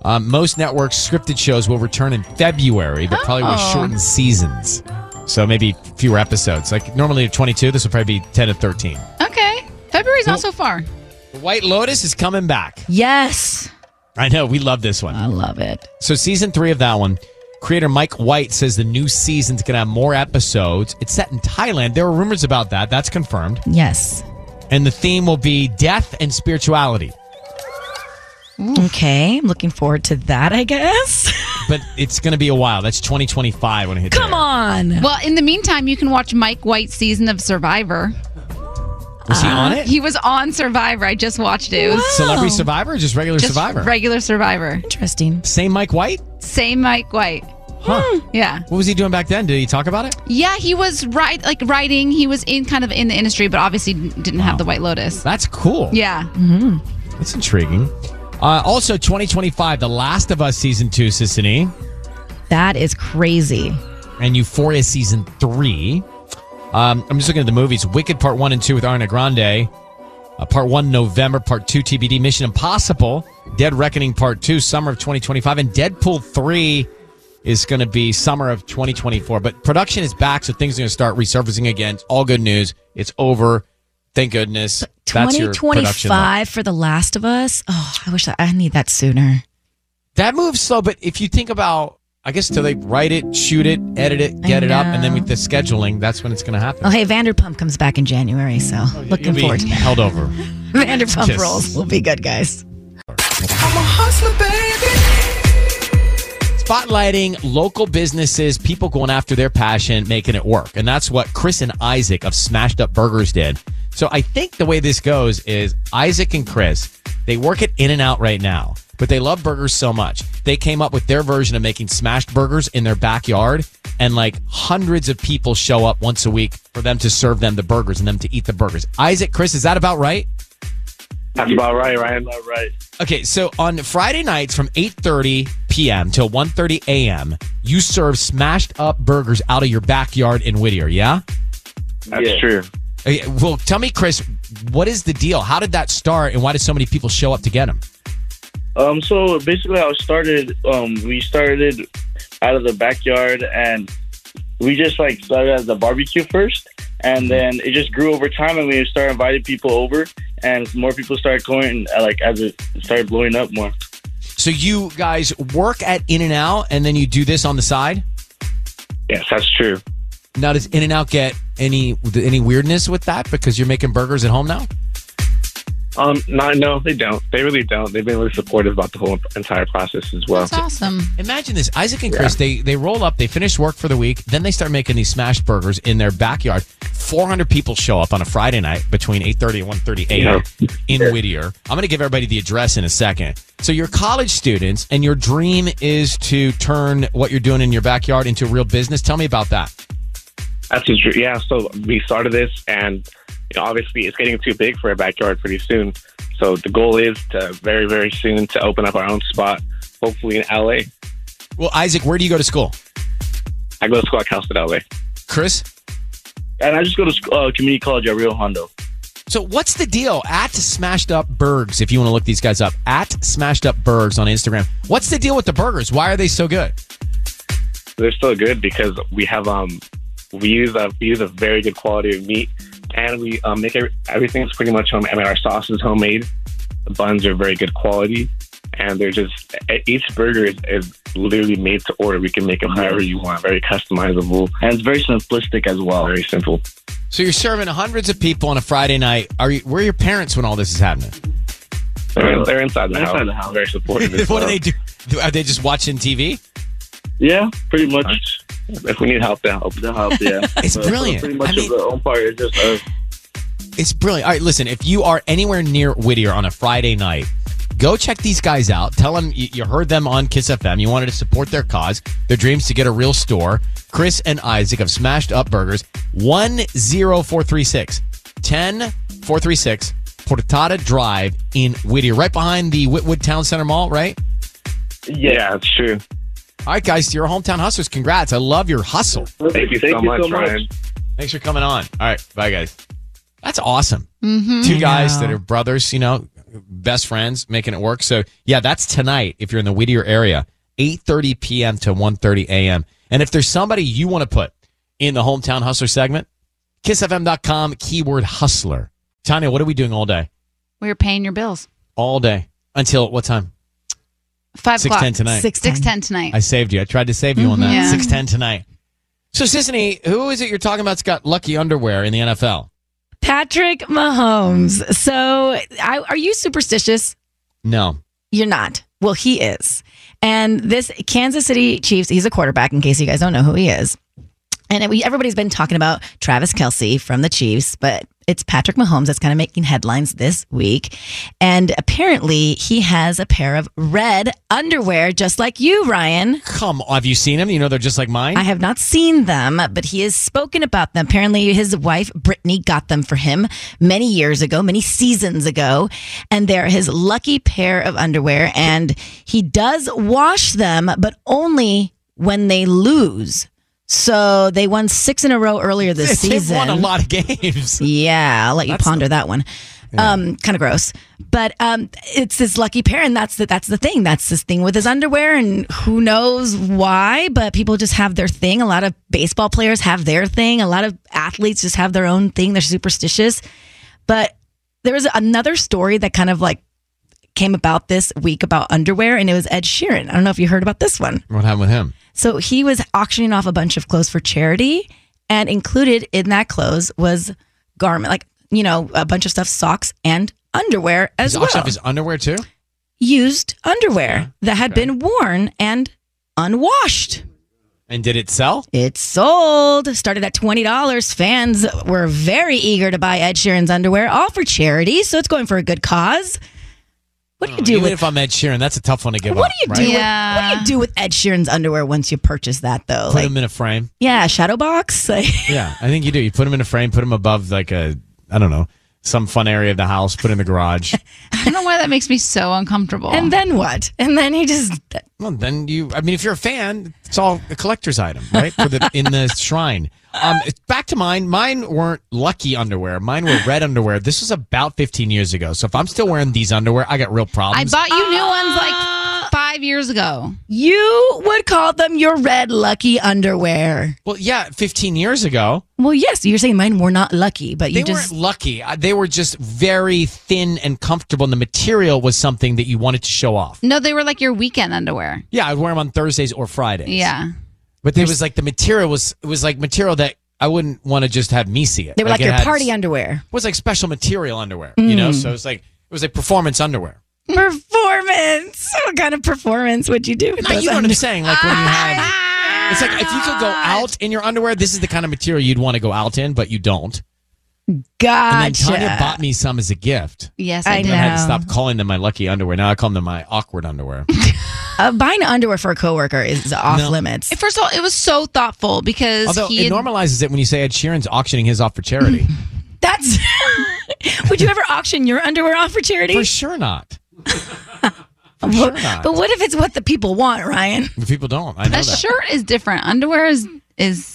Speaker 7: Um, most networks' scripted shows will return in February, but probably with
Speaker 10: Oh.
Speaker 7: shortened seasons. So maybe fewer episodes. Like normally 22, this will probably be 10 to 13.
Speaker 10: Okay. February's not so far.
Speaker 7: The White Lotus is coming back.
Speaker 10: Yes.
Speaker 7: I know. We love this one. I
Speaker 9: love it.
Speaker 7: So, season three of that one, creator Mike White says the new season's going to have more episodes. It's set in Thailand. There were rumors about that. That's confirmed.
Speaker 9: Yes.
Speaker 7: And the theme will be death and spirituality.
Speaker 9: Okay. I'm looking forward to that, I guess.
Speaker 7: But it's going to be a while. That's 2025 when it hits. air.
Speaker 9: on.
Speaker 10: Well, in the meantime, you can watch Mike White's season of Survivor.
Speaker 7: Was he on it?
Speaker 10: He was on Survivor. I just watched it. It was
Speaker 7: Celebrity Survivor or just regular
Speaker 10: Just
Speaker 7: Survivor?
Speaker 10: Regular Survivor.
Speaker 9: Interesting.
Speaker 7: Same Mike White?
Speaker 10: Same Mike White. Hmm.
Speaker 7: Huh.
Speaker 10: Yeah.
Speaker 7: What was he doing back then? Did he talk about it?
Speaker 10: Yeah, he was right like writing. He was in kind of in the industry, but obviously didn't didn't have the White Lotus.
Speaker 7: That's cool.
Speaker 10: Yeah.
Speaker 7: That's intriguing. Uh, also, 2025, The Last of Us Season 2, Sissany,
Speaker 9: That is crazy.
Speaker 7: and Euphoria Season 3. Um, I'm just looking at the movies Wicked Part 1 and 2 with Ariana Grande. Uh, part 1, November. Part 2, TBD. Mission Impossible. Dead Reckoning Part 2, summer of 2025. And Deadpool 3 is going to be summer of 2024. But production is back, so things are going to start resurfacing again. It's all good news. It's over. Thank goodness. That's your production level.
Speaker 9: 2025 for The Last of Us. Oh, I wish I, I need that sooner.
Speaker 7: That moves slow, but if you think about, I guess till they write it, shoot it, edit it, get it up, and then with the scheduling, that's when it's going to happen.
Speaker 9: Oh, hey, Vanderpump comes back in January, so looking
Speaker 7: You'll be
Speaker 9: forward to that.
Speaker 7: held over.
Speaker 9: Vanderpump
Speaker 7: Yes.
Speaker 9: Rules will be good, guys.
Speaker 7: Spotlighting local businesses, people going after their passion, making it work, and that's what Chris and Isaac of Smashed Up Burgers did. So I think the way this goes is Isaac and Chris, they work at In and Out right now, but they love burgers so much they came up with their version of making smashed burgers in their backyard, and like hundreds of people show up once a week for them to serve them the burgers and them to eat the burgers. Isaac, Chris, is that about right?
Speaker 15: That's about right, Ryan. That's about right.
Speaker 7: Okay, so on Friday nights from 8:30 p.m. till 1:30 a.m., you serve smashed up burgers out of your backyard in Whittier, yeah?
Speaker 15: That's true.
Speaker 7: Okay, well, tell me Chris, what is the deal? How did that start and why did so many people show up to get them?
Speaker 17: Um, so basically, I started. Um, we started out of the backyard, and we just like started as a barbecue first,
Speaker 7: Mm-hmm.
Speaker 17: and then it just grew over time, and we started inviting people over, and more people started coming, uh, like as it started blowing up more.
Speaker 7: So you guys work at In and Out and then you do this on the side?
Speaker 17: Yes, that's true.
Speaker 7: Now does In and Out get any any weirdness with that because you're making burgers at home now?
Speaker 18: Um, no, no, they don't. They really don't. They've been really supportive about the whole entire process as well.
Speaker 10: awesome.
Speaker 7: Imagine this. Isaac and Chris, they they roll up, they finish work for the week, then they start making these smash burgers in their backyard. 400 people show up on a Friday night between 8:30 and 1:30 a.m. in Whittier. I'm going to give everybody the address in a second. So you're college students and your dream is to turn what you're doing in your backyard into a real business. Tell me about that.
Speaker 18: That's the truth. Yeah. So we started this, and you know, obviously, it's getting too big for our backyard pretty soon. So the goal is to very, very soon to open up our own spot, hopefully in LA.
Speaker 7: Well, Isaac, where do you go to school?
Speaker 18: I go to school at Cal State LA.
Speaker 7: Chris?
Speaker 17: And I just go to sc- uh, community college at Rio Hondo.
Speaker 7: So what's the deal at Smashed Up Burgs if you want to look these guys up at Smashed Up Burgs on Instagram. What's the deal with the burgers? Why are they so good?
Speaker 18: They're still good because we have um we use a we use a very good quality of meat, and we um, make every, everything's pretty much home. I mean, our sauce is homemade. The buns are very good quality, and they're just e- each burger is, is literally made to order. We can make them however you want, very customizable,
Speaker 17: and it's very simplistic as well.
Speaker 18: Very simple.
Speaker 7: So you're serving hundreds of people on a Friday night. Are you, where are your parents when all this is happening?
Speaker 18: They're, they're inside the
Speaker 7: Inside
Speaker 18: house.
Speaker 7: the house.
Speaker 18: Very supportive. as
Speaker 7: what do
Speaker 18: well.
Speaker 7: they do? Are they just watching TV?
Speaker 17: Yeah, pretty much.
Speaker 18: If we need help, they'll help.
Speaker 17: They'll help. Yeah,
Speaker 7: It's
Speaker 17: But
Speaker 7: brilliant.
Speaker 17: Pretty much of the own part is just us.
Speaker 7: It's brilliant. All right, listen, if you are anywhere near Whittier on a Friday night, go check these guys out. Tell them you, you heard them on Kiss FM. You wanted to support their cause, their dreams to get a real store. Chris and Isaac of Smashed Up Burgers, 10436 10436 Portada Drive in Whittier, right behind the Whitwood Town Center Mall, right?
Speaker 18: Yeah, it's true.
Speaker 7: All right, guys, to your hometown hustlers, congrats. I love your hustle.
Speaker 18: Thank you so much, Ryan.
Speaker 7: Thanks for coming on. All right, bye, guys. That's awesome.
Speaker 10: Mhm.
Speaker 7: Two
Speaker 10: I
Speaker 7: guys
Speaker 10: know.
Speaker 7: that are brothers, you know, best friends making it work. So yeah, that's tonight if you're in the Whittier area, 8:30 p.m. to 1:30 a.m. And if there's somebody you want to put in the hometown hustler segment, kissfm.com keyword hustler. Tanya, what are we doing all day?
Speaker 10: We were paying your bills.
Speaker 7: All day until what time?
Speaker 10: Five
Speaker 7: Six
Speaker 10: o'clock.
Speaker 7: ten tonight.
Speaker 10: Six ten tonight.
Speaker 7: I saved you. I tried to save you on that.
Speaker 10: Mhm. Yeah.
Speaker 7: 6:10 tonight. So Sisney, who is it you're talking about's got lucky underwear in the NFL?
Speaker 9: Patrick Mahomes. So, I, are you superstitious?
Speaker 7: No.
Speaker 9: You're not. Well, he is. And this Kansas City Chiefs, he's a quarterback, in case you guys don't know who he is. And it- we, everybody's been talking about Travis Kelsey from the Chiefs, but it's Patrick Mahomes that's kind of making headlines this week. And apparently, he has a pair of red underwear, just like you, Ryan.
Speaker 7: Come on, have you seen them? You know they're just like mine.
Speaker 9: I have not seen them, but he has spoken about them. Apparently, his wife, Brittany, got them for him many years ago, many seasons ago. And they're his lucky pair of underwear. And he does wash them, but only when they lose. So they won six in a row earlier this
Speaker 7: They've
Speaker 9: season.
Speaker 7: won a lot of games.
Speaker 9: Yeah, I'll let you
Speaker 7: That's
Speaker 9: ponder that one. Um, kind of gross, but um, it's his lucky pair, and that's the that's the thing. That's this thing with his underwear, and who knows why? But people just have their thing. A lot of baseball players have their thing. A lot of athletes just have their own thing. They're superstitious. But there was another story that kind of like came about this week about underwear, and it was Ed Sheeran. I don't know if you heard about this one.
Speaker 7: What happened with him?
Speaker 9: So he was auctioning off a bunch of clothes for charity, and included in that clothes was garment, like you know, a bunch of stuff, socks and underwear as
Speaker 7: He's
Speaker 9: well.
Speaker 7: auctioned off his underwear too.
Speaker 9: Used underwear that had been worn and unwashed.
Speaker 7: And did it sell?
Speaker 9: It sold. Started at twenty dollars. Fans were very eager to buy Ed Sheeran's underwear, all for charity. So it's going for a good cause. What do you do
Speaker 7: Oh, Even
Speaker 9: with
Speaker 7: if I'm Ed Sheeran, that's a tough one to give
Speaker 9: What
Speaker 7: up.
Speaker 9: do you
Speaker 7: right?
Speaker 9: do? With, what do you do with Ed Sheeran's underwear once you purchase that though?
Speaker 7: Put
Speaker 9: Like,
Speaker 7: him in a frame.
Speaker 9: yeah, shadow box. Like,
Speaker 7: Yeah, I think you do. You put him in a frame. Put him above like a I don't know some fun area of the house. Put him in the garage.
Speaker 10: I don't know why that makes me so uncomfortable.
Speaker 9: And then what? And then he just
Speaker 7: well, then you. I mean, if you're a fan, it's all a collector's item, right? For the in the shrine. Um, it's back to mine. Mine weren't lucky underwear. Mine were red underwear. This was about 15 years ago. So if I'm still wearing these underwear, I got real
Speaker 10: I
Speaker 7: problems.
Speaker 10: bought you new ones
Speaker 9: "Ah."
Speaker 10: like five years ago.
Speaker 9: you would call them your red lucky underwear.
Speaker 7: well, yeah, 15 years ago.
Speaker 9: Well, yes, you're saying mine were not lucky, but you
Speaker 7: they
Speaker 9: just
Speaker 7: weren't lucky. Uh, They were just very thin and comfortable, and the material was something that you wanted to show off.
Speaker 10: No, they were like your weekend underwear.
Speaker 7: Yeah, I'd wear them on Thursdays or Fridays.
Speaker 10: Yeah.
Speaker 7: but there was like the material was it was like material that I wouldn't want to just have me see it.
Speaker 9: they were like,
Speaker 7: it
Speaker 9: your
Speaker 7: had-
Speaker 9: party underwear.
Speaker 7: was like special material underwear, you know.
Speaker 9: Mm.
Speaker 7: So it's like it was like performance underwear.
Speaker 9: Performance. What kind of performance would you do? With
Speaker 7: No,
Speaker 9: those
Speaker 7: you know what I'm
Speaker 9: under-
Speaker 7: saying? Like when you have, it's like if you could go out in your underwear, this is the kind of material you'd want to go out in, but you don't. And then
Speaker 9: Gotcha.
Speaker 7: Tanya bought me some as a gift.
Speaker 10: Yes,
Speaker 9: I,
Speaker 7: And
Speaker 9: know.
Speaker 7: I had to stop calling them my lucky underwear. Now I call them my awkward underwear.
Speaker 9: Uh, buying underwear for a coworker is off
Speaker 7: No.
Speaker 9: limits.
Speaker 10: First of all, it was so thoughtful because
Speaker 7: Although
Speaker 10: he
Speaker 7: it
Speaker 10: had-
Speaker 7: normalizes it when you say Ed Sheeran's auctioning his off for charity.
Speaker 9: That's. would you ever auction your underwear off for charity?
Speaker 7: for sure not. for
Speaker 9: Well,
Speaker 7: sure not.
Speaker 9: But what if it's what the people want, Ryan?
Speaker 7: The people don't. I know
Speaker 10: a
Speaker 7: that.
Speaker 10: shirt is different. Underwear is is.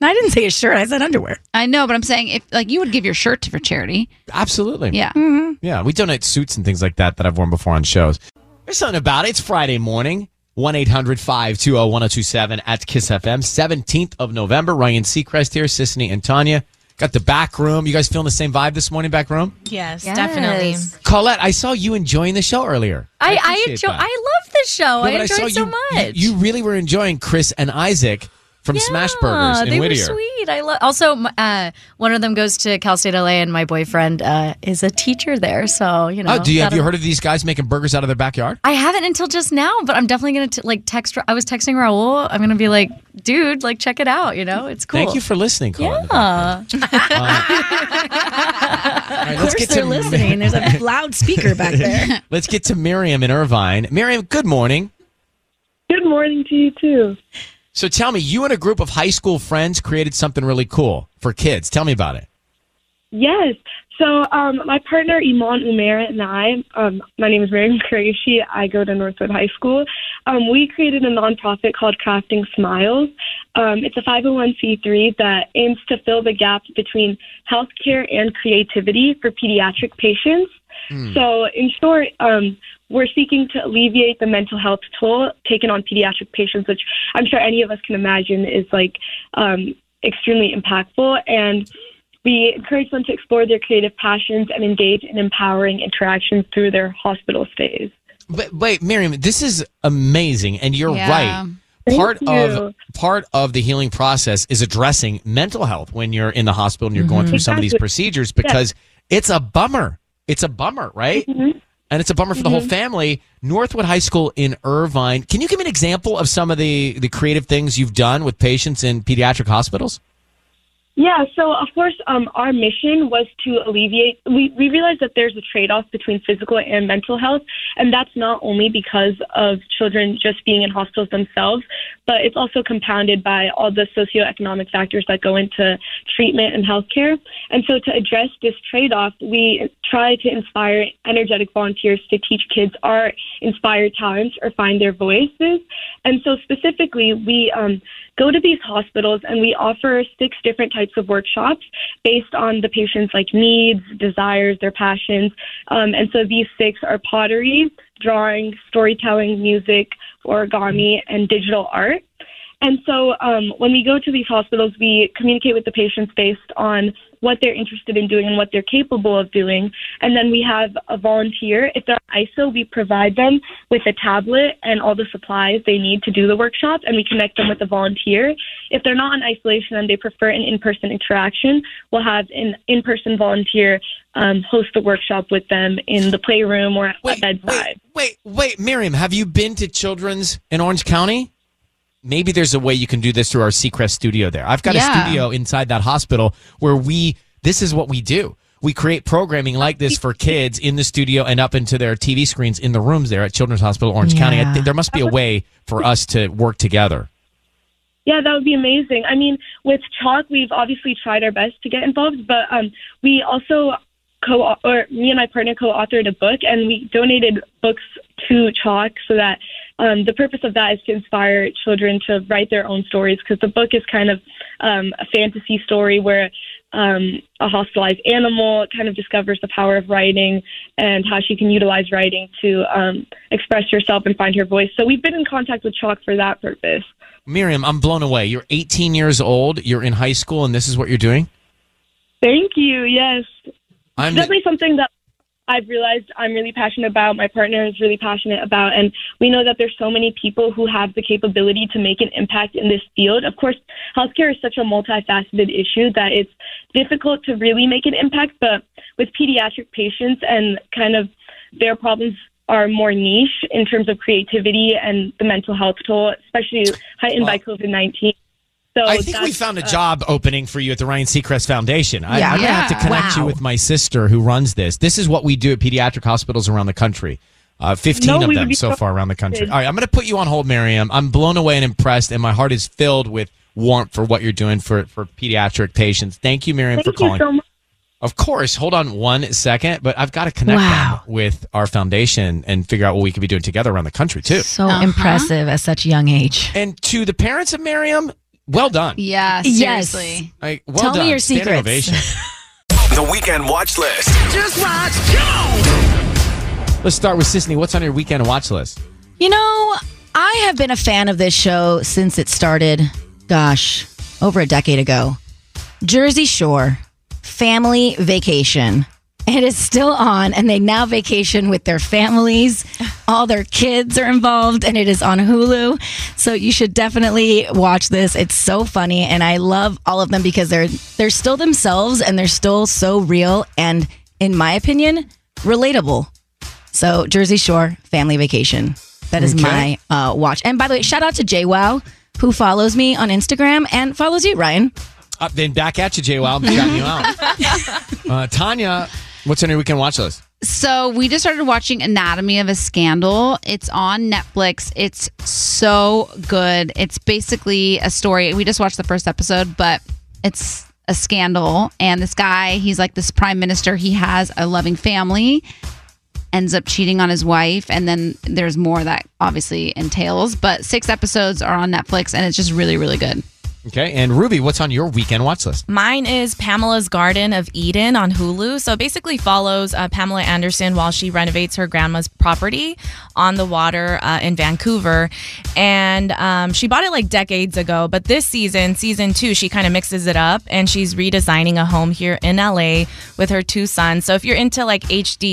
Speaker 9: I didn't say a shirt. I said underwear.
Speaker 10: I know, but I'm saying if like you would give your shirt to for charity.
Speaker 7: Absolutely.
Speaker 10: Yeah.
Speaker 16: Mm-hmm.
Speaker 7: Yeah, we donate suits and things like that that I've worn before on shows. There's something about it. It's Friday morning. 1 800 520 1027 at Kiss FM. 17th of November. Ryan Seacrest here, Sissany and Tanya. Got the back room. You guys feeling the same vibe this morning, back room?
Speaker 16: Yes, definitely.
Speaker 7: Colette, I saw you enjoying the show earlier.
Speaker 16: I I,
Speaker 7: appreciate
Speaker 16: enjoy,
Speaker 7: that.
Speaker 16: I love the show.
Speaker 7: No,
Speaker 16: I
Speaker 7: but
Speaker 16: enjoy
Speaker 7: saw
Speaker 16: it so
Speaker 7: you,
Speaker 16: much.
Speaker 7: You, you really were enjoying Chris and Isaac from Smash Burgers
Speaker 16: Yeah,
Speaker 7: in
Speaker 16: they
Speaker 7: Whittier.
Speaker 16: were sweet. I love. Also, m- uh, one of them goes to Cal State LA, and my boyfriend uh, is a teacher there. So you know.
Speaker 7: oh, do you have
Speaker 16: that'll-
Speaker 7: you heard of these guys making burgers out of their backyard?
Speaker 16: I haven't until just now, but I'm definitely gonna t- like text. I was texting Raul. I'm gonna be like, dude, like check it out. You know, it's cool.
Speaker 7: Thank you for listening, Colin.
Speaker 16: Oh. Yeah.
Speaker 7: All Uh, right, let's
Speaker 9: Of course,
Speaker 7: get to
Speaker 9: they're listening. There's a loudspeaker back there.
Speaker 7: Let's get to Miriam in Irvine. Miriam, good morning.
Speaker 19: Good morning to you too.
Speaker 7: So tell me, you and a group of high school friends created something really cool for kids. Tell me about it.
Speaker 19: Yes. So um, my partner Iman Umair and I, um, my name is Miriam Qureshi. I go to Northwood High School. Um, we created a nonprofit called Crafting Smiles. Um, it's a 501c3 that aims to fill the gaps between healthcare and creativity for pediatric patients. So, in short, um, we're seeking to alleviate the mental health toll taken on pediatric patients, which I'm sure any of us can imagine is like um, extremely impactful. And we encourage them to explore their creative passions and engage in empowering interactions through their hospital stays.
Speaker 7: But wait, Miriam, this is amazing, and you're
Speaker 19: Yeah.
Speaker 7: right.
Speaker 19: Thank
Speaker 7: Part of
Speaker 19: you.
Speaker 7: part of the healing process is addressing mental health when you're in the hospital and you're going
Speaker 19: Mhm.
Speaker 7: through some of these
Speaker 19: Exactly.
Speaker 7: procedures
Speaker 19: Yes.
Speaker 7: because it's a bummer. It's a bummer, right?
Speaker 19: Mm-hmm.
Speaker 7: And it's a bummer for the whole
Speaker 19: Mhm.
Speaker 7: family. Northwood High School in Irvine. Can you give me an example of some of the the creative things you've done with patients in pediatric hospitals?
Speaker 19: Yeah, so of course, um, our mission was to alleviate. We, we realized that there's a trade off between physical and mental health, and that's not only because of children just being in hospitals themselves, but it's also compounded by all the socioeconomic factors that go into treatment and healthcare. And so, to address this trade off, we try to inspire energetic volunteers to teach kids our inspired talents or find their voices. And so, specifically, we um, go to these hospitals and we offer six different types of workshops based on the patient's like needs, desires, their passions. Um, and so these six are pottery, drawing, storytelling, music, origami, and digital art. And so um, when we go to these hospitals, we communicate with the patients based on what they're interested in doing and what they're capable of doing. And then we have a volunteer. If they're ISO, we provide them with a tablet and all the supplies they need to do the workshop, and we connect them with a volunteer. If they're not in isolation and they prefer an in person interaction, we'll have an in person volunteer um, host the workshop with them in the playroom or at bedside.
Speaker 7: Wait, wait, Miriam, have you been to Children's in Orange County? Maybe there's a way you can do this through our Seacrest studio there. I've got
Speaker 20: Yeah.
Speaker 7: a studio inside that hospital where we this is what we do. We create programming like this for kids in the studio and up into their TV screens in the rooms there at Children's Hospital Orange County. I
Speaker 19: Yeah.
Speaker 7: think there must be a way for us to work together.
Speaker 19: Yeah, that would be amazing. I mean, with Chalk, we've obviously tried our best to get involved, but um, we also co or me and my partner co-authored a book, and we donated books to Chalk so that um, the purpose of that is to inspire children to write their own stories because the book is kind of um, a fantasy story where um, a hostile animal kind of discovers the power of writing and how she can utilize writing to um, express herself and find her voice. So we've been in contact with Chalk for that purpose.
Speaker 7: Miriam, I'm blown away. You're 18 years old, you're in high school and this is what you're doing?
Speaker 19: Thank you. Yes,
Speaker 7: I'm
Speaker 19: definitely something that I've realized I'm really passionate about. My partner is really passionate about, and we know that there's so many people who have the capability to make an impact in this field. Of course, healthcare is such a multifaceted issue that it's difficult to really make an impact. But with pediatric patients and kind of their problems are more niche in terms of creativity and the mental health toll, especially heightened by COVID nineteen. So
Speaker 7: I think we
Speaker 19: that's,
Speaker 7: found a
Speaker 19: uh,
Speaker 7: job opening for you at the Ryan Seacrest Foundation. I,
Speaker 19: Yeah.
Speaker 7: I'm gonna have to
Speaker 19: Yeah.
Speaker 7: connect you
Speaker 19: Wow.
Speaker 7: with my sister who runs this. This is what we do at pediatric hospitals around the country. Uh,
Speaker 19: No,
Speaker 7: Fifteen of
Speaker 19: we would
Speaker 7: them
Speaker 19: be
Speaker 7: so
Speaker 19: so
Speaker 7: far around the country.
Speaker 19: interested.
Speaker 7: All right, I'm going to put you on hold, Miriam. I'm blown away and impressed, and my heart is filled with warmth for what you're doing for for pediatric patients. Thank you, Miriam,
Speaker 19: Thank
Speaker 7: for
Speaker 19: you
Speaker 7: calling.
Speaker 19: so much.
Speaker 7: Of course. Hold on one second, but I've got to connect them with our foundation and figure out what we could be doing together around the country too.
Speaker 9: So impressive at such a young age.
Speaker 7: And to the parents of Miriam, well done.
Speaker 10: Yeah,
Speaker 9: Yes.
Speaker 10: seriously.
Speaker 7: Like, well
Speaker 9: Tell me
Speaker 7: done.
Speaker 9: your
Speaker 7: Standing
Speaker 9: secrets.
Speaker 7: ovation.
Speaker 12: The weekend watch list.
Speaker 9: Just watch.
Speaker 7: Let's start with Sisney. What's on your weekend watch list?
Speaker 9: You know, I have been a fan of this show since it started, gosh, over a decade ago. Jersey Shore, family vacation. It is still on, and they now vacation with their families. All their kids are involved, and it is on Hulu. So you should definitely watch this. It's so funny, and I love all of them because they're they're still themselves, and they're still so real, and in my opinion, relatable. So Jersey Shore family vacation. That is
Speaker 6: Okay.
Speaker 9: my uh, watch. And by the way, shout out to JWoww who follows me on Instagram and follows you, Ryan.
Speaker 7: Uh, then back at you, Jay. Wow, I'm shouting you out. Uh, Tanya, what's on your weekend watch list?
Speaker 10: So we just started watching Anatomy of a Scandal. It's on Netflix. It's so good. It's basically a story. We just watched the first episode, but it's a scandal, and this guy, he's like this prime minister. He has a loving family, ends up cheating on his wife, and then there's more that obviously entails. But six episodes are on Netflix, and it's just really, really good.
Speaker 7: Okay. And Ruby, what's on your weekend watch list?
Speaker 20: Mine is Pamela's Garden of Eden on Hulu. So it basically follows uh, Pamela Anderson while she renovates her grandma's property on the water uh, in Vancouver. And um, she bought it like decades ago, but this season, season two, she kind of mixes it up and she's redesigning a home here in LA with her two sons. So if you're into like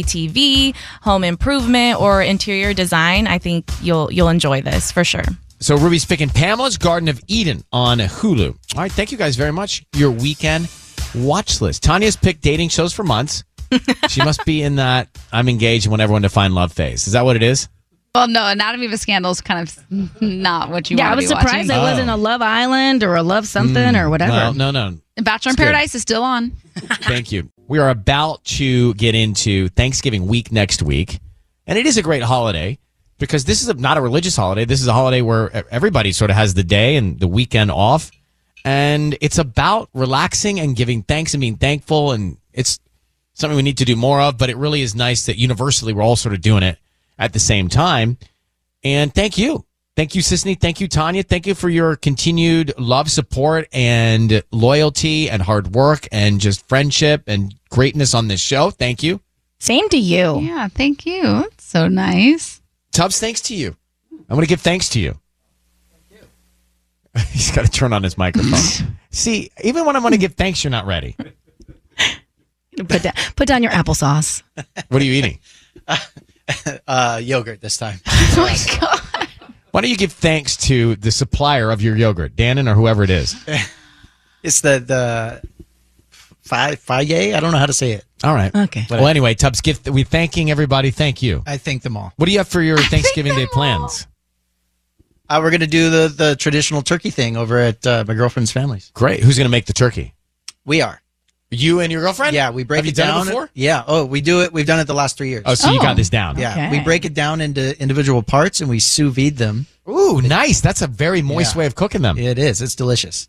Speaker 20: HDTV, home improvement, or interior design, I think you'll you'll enjoy this for sure.
Speaker 7: So Ruby's picking Pamela's Garden of Eden on Hulu. All right, thank you guys very much. Your weekend watch list. Tanya's picked dating shows for months. she must be in that I'm engaged and want everyone to find love phase. Is that what it is?
Speaker 10: Well, no, Anatomy of a Scandal is kind of not what you.
Speaker 9: yeah, I
Speaker 10: wanna
Speaker 9: was
Speaker 10: be watching.
Speaker 9: surprised I wasn't a Love Island or a Love something or whatever.
Speaker 7: Well, no, no.
Speaker 10: Bachelor in
Speaker 7: It's good.
Speaker 10: Paradise is still on.
Speaker 7: Thank you. We are about to get into Thanksgiving week next week. And it is a great holiday because this is a, not a religious holiday. This is a holiday where e, everybody sort of has the day and the weekend off. And it's about relaxing and giving thanks and being thankful. And it's something we need to do more of, but it really is nice that universally we're all sort of doing it at the same time. And thank you. Thank you, Sisney. Thank you, Tanya. Thank you for your continued love, support, and loyalty, and hard work, and just friendship and greatness on this show. Thank you.
Speaker 9: Same to you.
Speaker 10: Yeah, thank you. That's so nice.
Speaker 7: Tubbs, thanks to you. I'm going to give thanks to you. He's got to turn on his microphone. See, even when I want to give thanks, you're not ready.
Speaker 9: Put down, put down your applesauce.
Speaker 7: What are you eating?
Speaker 8: Uh, yogurt this time.
Speaker 7: Why don't you give thanks to the supplier of your yogurt, Dannon or whoever it is?
Speaker 8: It's the the fi- Faye. I don't know how to say it.
Speaker 7: All right.
Speaker 8: Okay.
Speaker 7: Well, anyway, Tubbs, give, we thanking everybody. Thank you.
Speaker 8: I thank them all.
Speaker 7: What do you have for your Thanksgiving Day plans?
Speaker 8: Uh, we're gonna do the the traditional turkey thing over at uh, my girlfriend's family's.
Speaker 7: Great. Who's going to make the turkey?
Speaker 8: We are.
Speaker 7: You and your girlfriend?
Speaker 8: Yeah, we break
Speaker 7: Have
Speaker 8: it
Speaker 7: you done it
Speaker 8: down.
Speaker 7: before?
Speaker 8: Yeah. Oh, we do it. We've done it the last three years.
Speaker 7: Oh, so you got Oh. this down.
Speaker 8: Yeah,
Speaker 7: Okay.
Speaker 8: we break it down into individual parts and we sous vide them.
Speaker 7: Ooh, nice. That's a very moist way of cooking them.
Speaker 8: It is. It's delicious.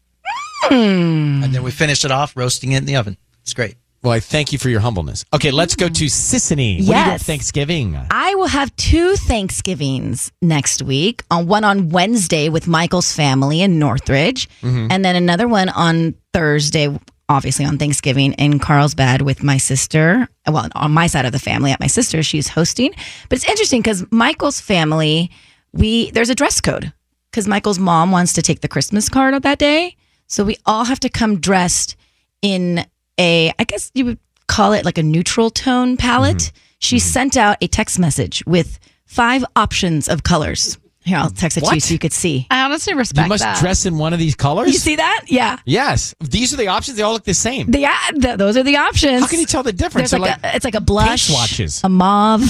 Speaker 8: And then we finish it off roasting it in the oven. It's great.
Speaker 7: Well, I thank you for your humbleness. Okay, let's go to Sissany. What do you do
Speaker 9: Yes.
Speaker 7: for Thanksgiving?
Speaker 9: I will have two Thanksgivings next week. On one on Wednesday with Michael's family in Northridge,
Speaker 21: Mhm.
Speaker 9: and then another one on Thursday, obviously on Thanksgiving in Carlsbad with my sister. Well, on my side of the family, at my sister, she's hosting. But it's interesting because Michael's family, we there's a dress code because Michael's mom wants to take the Christmas card on that day, so we all have to come dressed in a, I guess you would call it like a neutral tone palette.
Speaker 7: Mm-hmm.
Speaker 9: She sent out a text message with five options of colors. Here, I'll text it to you
Speaker 7: What?
Speaker 9: so you could see.
Speaker 10: I honestly respect
Speaker 7: you must dress in one of these colors?
Speaker 9: You see that? Yeah.
Speaker 7: Yes. These are the options. They all look the same.
Speaker 9: The, uh, th- those are the options.
Speaker 7: How can you tell the difference?
Speaker 9: There's Like
Speaker 7: They're
Speaker 9: a, it's like a blush,
Speaker 7: swatches.
Speaker 9: a mauve,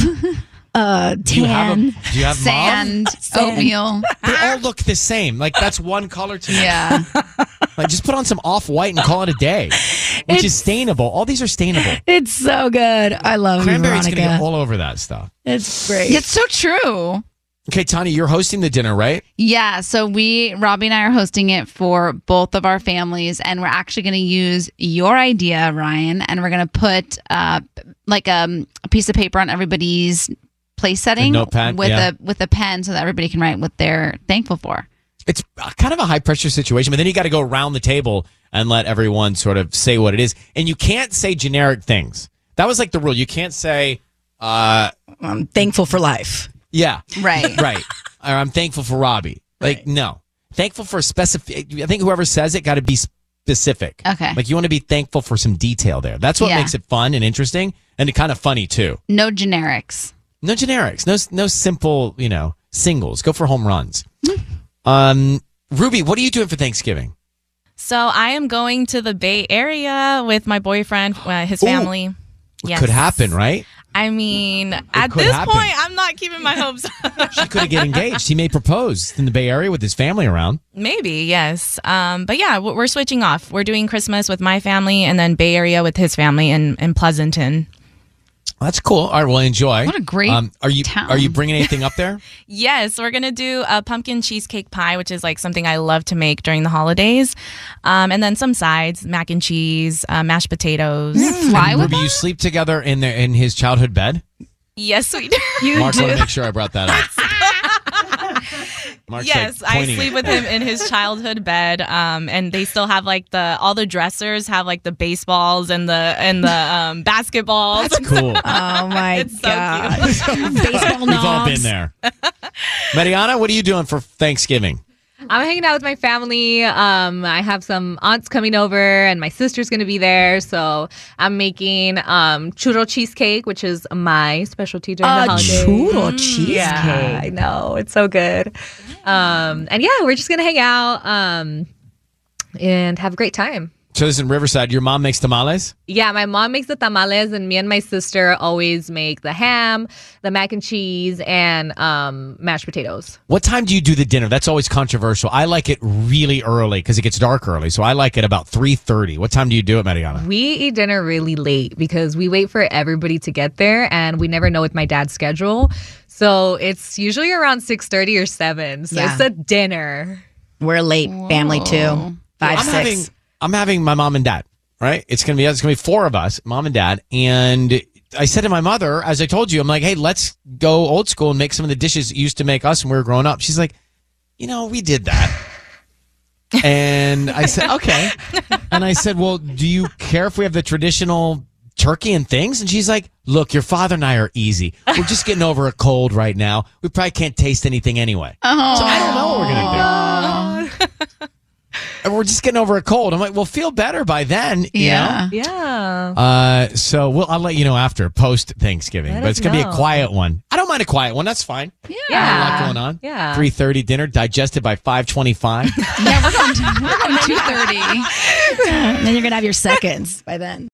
Speaker 9: a tan.
Speaker 7: Do you have, a, do you have mauve?
Speaker 10: oatmeal.
Speaker 7: They
Speaker 9: Ah.
Speaker 7: all look the same. Like that's one color to me.
Speaker 10: Yeah.
Speaker 7: Like just put on some off white and call it a day, which is stainable. All these are stainable.
Speaker 9: It's so good. I love you,
Speaker 7: Cranberry's gonna get
Speaker 9: Veronica.
Speaker 7: all over that stuff.
Speaker 9: It's great.
Speaker 10: It's so true.
Speaker 7: Okay, Tanya, you're hosting the dinner, right?
Speaker 10: Yeah, so we Robbie and I are hosting it for both of our families, and we're actually going to use your idea, Ryan, and we're going to put uh, like um, a piece of paper on everybody's place setting
Speaker 7: notepad,
Speaker 10: with
Speaker 7: yeah.
Speaker 10: a with a pen, so that everybody can write what they're thankful for.
Speaker 7: It's kind of a high pressure situation, but then you got to go around the table and let everyone sort of say what it is. And you can't say generic things. That was like the rule. You can't say, uh,
Speaker 9: I'm thankful for life.
Speaker 7: Yeah.
Speaker 10: Right.
Speaker 7: right. Or I'm thankful for Robbie. Like, no. Thankful for specific. I think whoever says it got to be specific.
Speaker 10: Okay.
Speaker 7: Like, you want to be thankful for some detail there. That's what
Speaker 10: Yeah.
Speaker 7: makes it fun and interesting and kind of funny, too.
Speaker 10: No generics.
Speaker 7: No generics. No no simple, you know, singles. Go for home runs.
Speaker 20: Hmm.
Speaker 7: um Ruby, what are you doing for Thanksgiving?
Speaker 20: So I am going to the Bay Area with my boyfriend, uh, his family. Yes.
Speaker 7: Could happen, right?
Speaker 20: I mean, at
Speaker 7: could
Speaker 20: this
Speaker 7: happen.
Speaker 20: point, I'm not keeping my hopes up.
Speaker 7: She could get engaged. He may propose in the Bay Area with his family around.
Speaker 20: Maybe, yes. Um, but yeah, we're we're switching off. We're doing Christmas with my family and then Bay Area with his family in, in Pleasanton.
Speaker 7: That's cool. All right, well, enjoy. Um,
Speaker 20: What a great
Speaker 7: are you
Speaker 20: town.
Speaker 7: are you bringing anything up there?
Speaker 20: Yes, we're gonna do a pumpkin cheesecake pie, which is like something I love to make during the holidays, um, and then some sides: mac and cheese, uh, mashed potatoes.
Speaker 7: And Ruby, you sleep together in their in his childhood bed.
Speaker 20: Yes, we do.
Speaker 7: Mark, want to make sure I brought that up. Mark's, like,
Speaker 20: yes, I
Speaker 7: pointing
Speaker 20: sleep
Speaker 7: it.
Speaker 20: with him in his childhood bed, um, and they still have like the all the dressers have like the baseballs and the and the um, basketballs. That's
Speaker 7: cool.
Speaker 9: Oh my
Speaker 20: god!
Speaker 9: Baseball
Speaker 7: We've all been there. Mariana, what are you doing for Thanksgiving?
Speaker 22: I'm hanging out with my family. Um, I have some aunts coming over, and my sister's going to be there. So I'm making um, churro cheesecake, which is my specialty during
Speaker 9: A
Speaker 22: the holidays. Mm.
Speaker 9: churro
Speaker 22: Yeah,
Speaker 9: cheesecake.
Speaker 22: I know it's so good. Um, and yeah, we're just going to hang out um, and have a great time.
Speaker 7: So this is in Riverside. Your mom makes tamales.
Speaker 22: Yeah, my mom makes the tamales, and me and my sister always make the ham, the mac and cheese, and um, mashed potatoes.
Speaker 7: What time do you do the dinner? That's always controversial. I like it really early because it gets dark early. So I like it about three thirty. What time do you do it, Mariana?
Speaker 22: We eat dinner really late because we wait for everybody to get there, and we never know with my dad's schedule. So it's usually around six thirty or seven. So
Speaker 9: Yeah.
Speaker 22: it's a dinner.
Speaker 9: We're late family too. Five,
Speaker 7: I'm
Speaker 9: six.
Speaker 7: Having, I'm having my mom and dad. Right? It's gonna be it's gonna be four of us, mom and dad. And I said to my mother, as I told you, I'm like, hey, let's go old school and make some of the dishes that used to make us when we were growing up. She's like, you know, we did that. and I said, okay. And I said, well, do you care if we have the traditional turkey and things? And she's like, look, your father and I are easy. We're just getting over a cold right now. We probably can't taste anything anyway. So I don't know what we're going to do. And we're just getting over a cold. I'm like, well, feel better by then. you know?
Speaker 22: yeah.
Speaker 7: Uh, so we'll, I'll let you know after post Thanksgiving,
Speaker 22: Let
Speaker 7: but
Speaker 22: us
Speaker 7: it's gonna be
Speaker 22: know.
Speaker 7: a quiet one. I don't mind a quiet one. That's fine. Not a lot going on.
Speaker 22: Yeah.
Speaker 7: Three thirty dinner digested by five twenty five.
Speaker 9: Yeah, we're going to, we're going 2.30. then you're going to have your seconds by then.